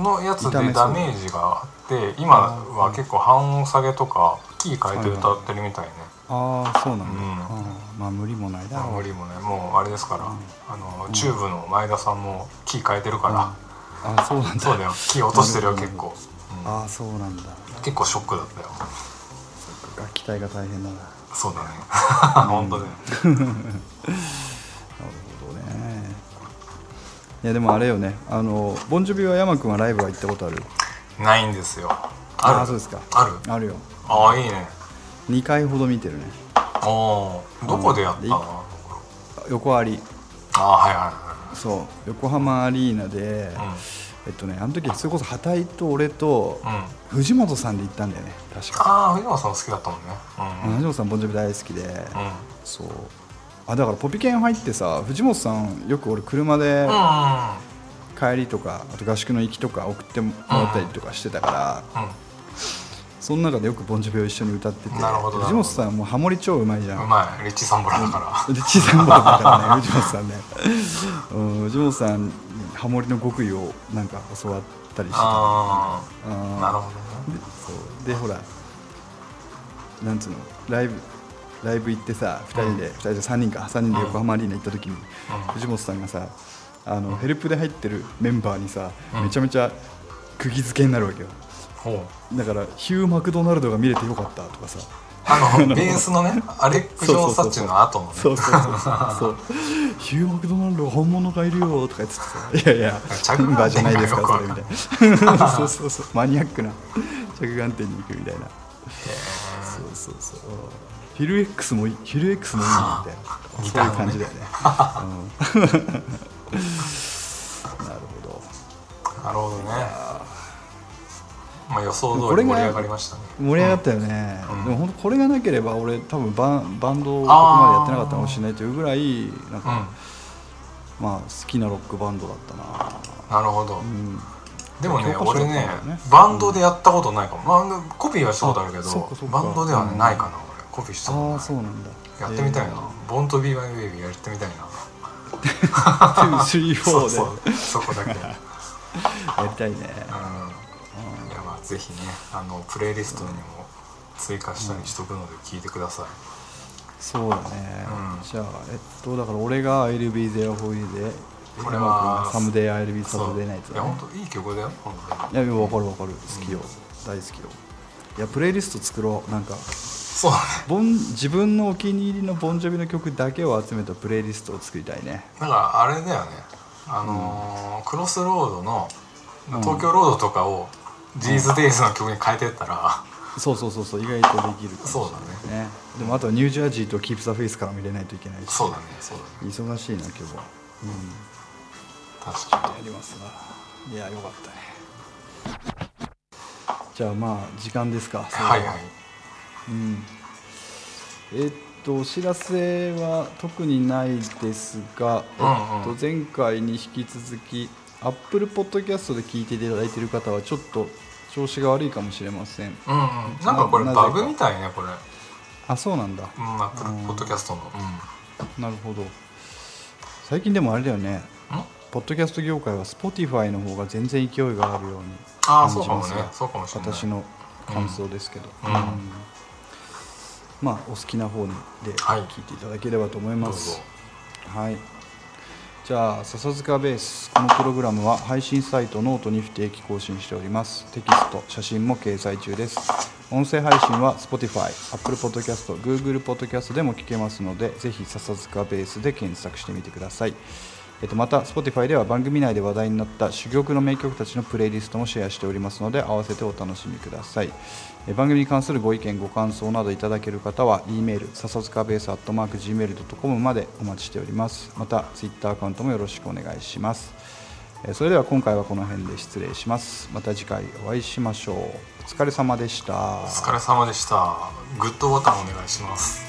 Speaker 3: んのやつで
Speaker 2: 痛めそう
Speaker 3: ダメージがあって今は結構半音下げとかキー変えて歌ってるみたいね
Speaker 2: ああそうなんだ、
Speaker 3: うん
Speaker 2: あーまあ無理もないだろう
Speaker 3: 無理もねもうあれですからあのチューブの前田さんもキー変えてるか
Speaker 2: ああそうなん
Speaker 3: ら
Speaker 2: だ
Speaker 3: そうだよキー落としてるよ結構うん
Speaker 2: ああそうなんだ
Speaker 3: 結構ショックだったよ
Speaker 2: 楽器隊が大変だななる
Speaker 3: そうだね本当だよ
Speaker 2: ほどねいやでもあれよねあのボンジョビは山君はライブは行ったことある
Speaker 3: ないんですよ
Speaker 2: あ
Speaker 3: あ
Speaker 2: ーそう
Speaker 3: る
Speaker 2: ですか
Speaker 3: ある
Speaker 2: あるよ
Speaker 3: ああいいね
Speaker 2: 2回ほど見てるね
Speaker 3: おーどこでやった
Speaker 2: うん
Speaker 3: の
Speaker 2: 横アリ
Speaker 3: ああはいは
Speaker 2: そう横浜アリーナで、
Speaker 3: いはい
Speaker 2: えっとねあの時それこそ畑井と俺と
Speaker 3: うん、うん、あ
Speaker 2: 藤本さんで行ったんだよね確か、
Speaker 3: あ藤本さん好きだったもんねうんうん、
Speaker 2: 藤本さんボンジョビ大好きで、
Speaker 3: うん
Speaker 2: そうあだからポピケン入ってさ藤本さんよく俺車で
Speaker 3: うんうん
Speaker 2: 帰りとかあと合宿の行きとか送ってもらったりとかしてたから、その中でよくボンジョビを一緒に歌ってて
Speaker 3: なるほどなるほど
Speaker 2: 藤本さんもうハモリ超うまいじゃ
Speaker 3: うんんうまいリッチサンボラだか
Speaker 2: で小さい頃だからね藤本さんね、うん、藤本さんにハモリの極意をなんか教わったりしてた
Speaker 3: らあ
Speaker 2: うん
Speaker 3: あなるほどね
Speaker 2: でそうでほらなんつうのライブライブ行ってさ2人で、二人で3人か3人で横浜アリーナ行った時に、藤本さんがさあのヘルプで入ってるメンバーにさ、めちゃめちゃ釘付けになるわけよ
Speaker 3: ほう
Speaker 2: だからヒュー・マクドナルドが見れてよかったとかさ
Speaker 3: あのベースのねアレック・ジョン・サッチの後のね
Speaker 2: そうそうそうそうヒュー・マクドナルド本物がいるよとか言ってさ「いやいや
Speaker 3: 着眼
Speaker 2: メンバーじゃないですか
Speaker 3: 点が
Speaker 2: そ
Speaker 3: よ
Speaker 2: れ」み
Speaker 3: くわか
Speaker 2: たい
Speaker 3: ん
Speaker 2: なそうそうそうマニアックな着眼点に行くみたいなそうそうそうヒル X もいいヒル X もいいみたいなそういう感じだよね、うんなるほど
Speaker 3: なるほどねまあ、予想通り盛り上がりましたね
Speaker 2: 盛り上がったよね、でも本当これがなければ俺多分バンバンドをここまでやってなかったかもしれないというぐらいなん
Speaker 3: うん、
Speaker 2: か、まあ、好きなロックバンドだったな、
Speaker 3: なるほど、
Speaker 2: うん、
Speaker 3: でもね
Speaker 2: 教科書だっ
Speaker 3: 俺
Speaker 2: たんだ
Speaker 3: ね
Speaker 2: よね
Speaker 3: バンドでやったことないかも、まあ、コピーはしたことあるけ
Speaker 2: あそっかそっ
Speaker 3: ど
Speaker 2: か
Speaker 3: バンドではね
Speaker 2: うん
Speaker 3: ないかな、俺コピーしたこと
Speaker 2: あ
Speaker 3: な
Speaker 2: あ
Speaker 3: い
Speaker 2: そうなんだ
Speaker 3: やってみたい
Speaker 2: え
Speaker 3: な
Speaker 2: ー
Speaker 3: 「ボントビーマイベイビーやってみたいな
Speaker 2: <laughs> 234
Speaker 3: そ
Speaker 2: で
Speaker 3: うそうそこ
Speaker 2: <laughs>
Speaker 3: だけうんいや
Speaker 2: やりたいね
Speaker 3: まあぜひねあのプレイリストにも追加したりしとくので聞いてください、
Speaker 2: そうだね、
Speaker 3: うん
Speaker 2: じゃあえっとだから俺が I'll be there for you で
Speaker 3: これは
Speaker 2: サムデイ I'll be サ
Speaker 3: そう
Speaker 2: ムデイナイト
Speaker 3: いや
Speaker 2: だね
Speaker 3: 本当いい曲だよ本当に
Speaker 2: いや分かる分かる好きよ、大好きよいやプレイリスト作ろうなんか
Speaker 3: そうだね
Speaker 2: ボン自分のお気に入りのボンジョビの曲だけを集めたプレイリストを作りたいね
Speaker 3: だからあれだよねあのークロスロードの東京ロードとかをジーズデイズの曲に変えてったら、
Speaker 2: そうそうそうそう意外とできるかもしれ
Speaker 3: そうだね
Speaker 2: ないねでもあとはニュージャージーとキープザフェイスからも入れないといけないし
Speaker 3: そうだねそうだね
Speaker 2: 忙しいな今日は
Speaker 3: 確か
Speaker 2: やりますないやよかったねじゃあまあ時間ですか
Speaker 3: にはいはい
Speaker 2: うんえっとお知らせは特にないですが、
Speaker 3: うんうん
Speaker 2: えっと、前回に引き続き Apple Podcast で聞いていただいている方はちょっと調子が悪いかもしれません
Speaker 3: うんうんなんかこれ
Speaker 2: なぜか
Speaker 3: バグみたいねこれうん
Speaker 2: あそうなんだ
Speaker 3: アップルポッドキャストのうん
Speaker 2: なるほど最近でもあれだよね
Speaker 3: ん
Speaker 2: ポッドキャスト業界は Spotify の方が全然勢いがあるように
Speaker 3: ああ
Speaker 2: 感
Speaker 3: そう
Speaker 2: じ
Speaker 3: かも
Speaker 2: ま
Speaker 3: ね
Speaker 2: すが
Speaker 3: そうかもしれない
Speaker 2: 私の感想ですけど、
Speaker 3: うん
Speaker 2: うんまあお好きな方で
Speaker 3: はい
Speaker 2: 聞いていただければと思い
Speaker 3: ど
Speaker 2: ま
Speaker 3: う
Speaker 2: す
Speaker 3: ぞ、
Speaker 2: はい、じゃあ笹塚ベースこのプログラムは配信サイトノートに不定期更新しておりますテキスト写真も掲載中です音声配信は Spotify、Apple Podcast、Google Podcast でも聞けますのでぜひ笹塚ベースで検索してみてくださいえっと、また Spotify では番組内で話題になった珠玉の名曲たちのプレイリストもシェアしておりますので合わせてお楽しみくださいえ番組に関するご意見ご感想などいただける方は E メール笹塚ベースアットマーク Gmail.com までお待ちしておりますまた Twitter アカウントもよろしくお願いしますえそれでは今回はこの辺で失礼しますまた次回お会いしましょうお疲れ様でした
Speaker 3: お疲れ様でしたグッドボタンお願いします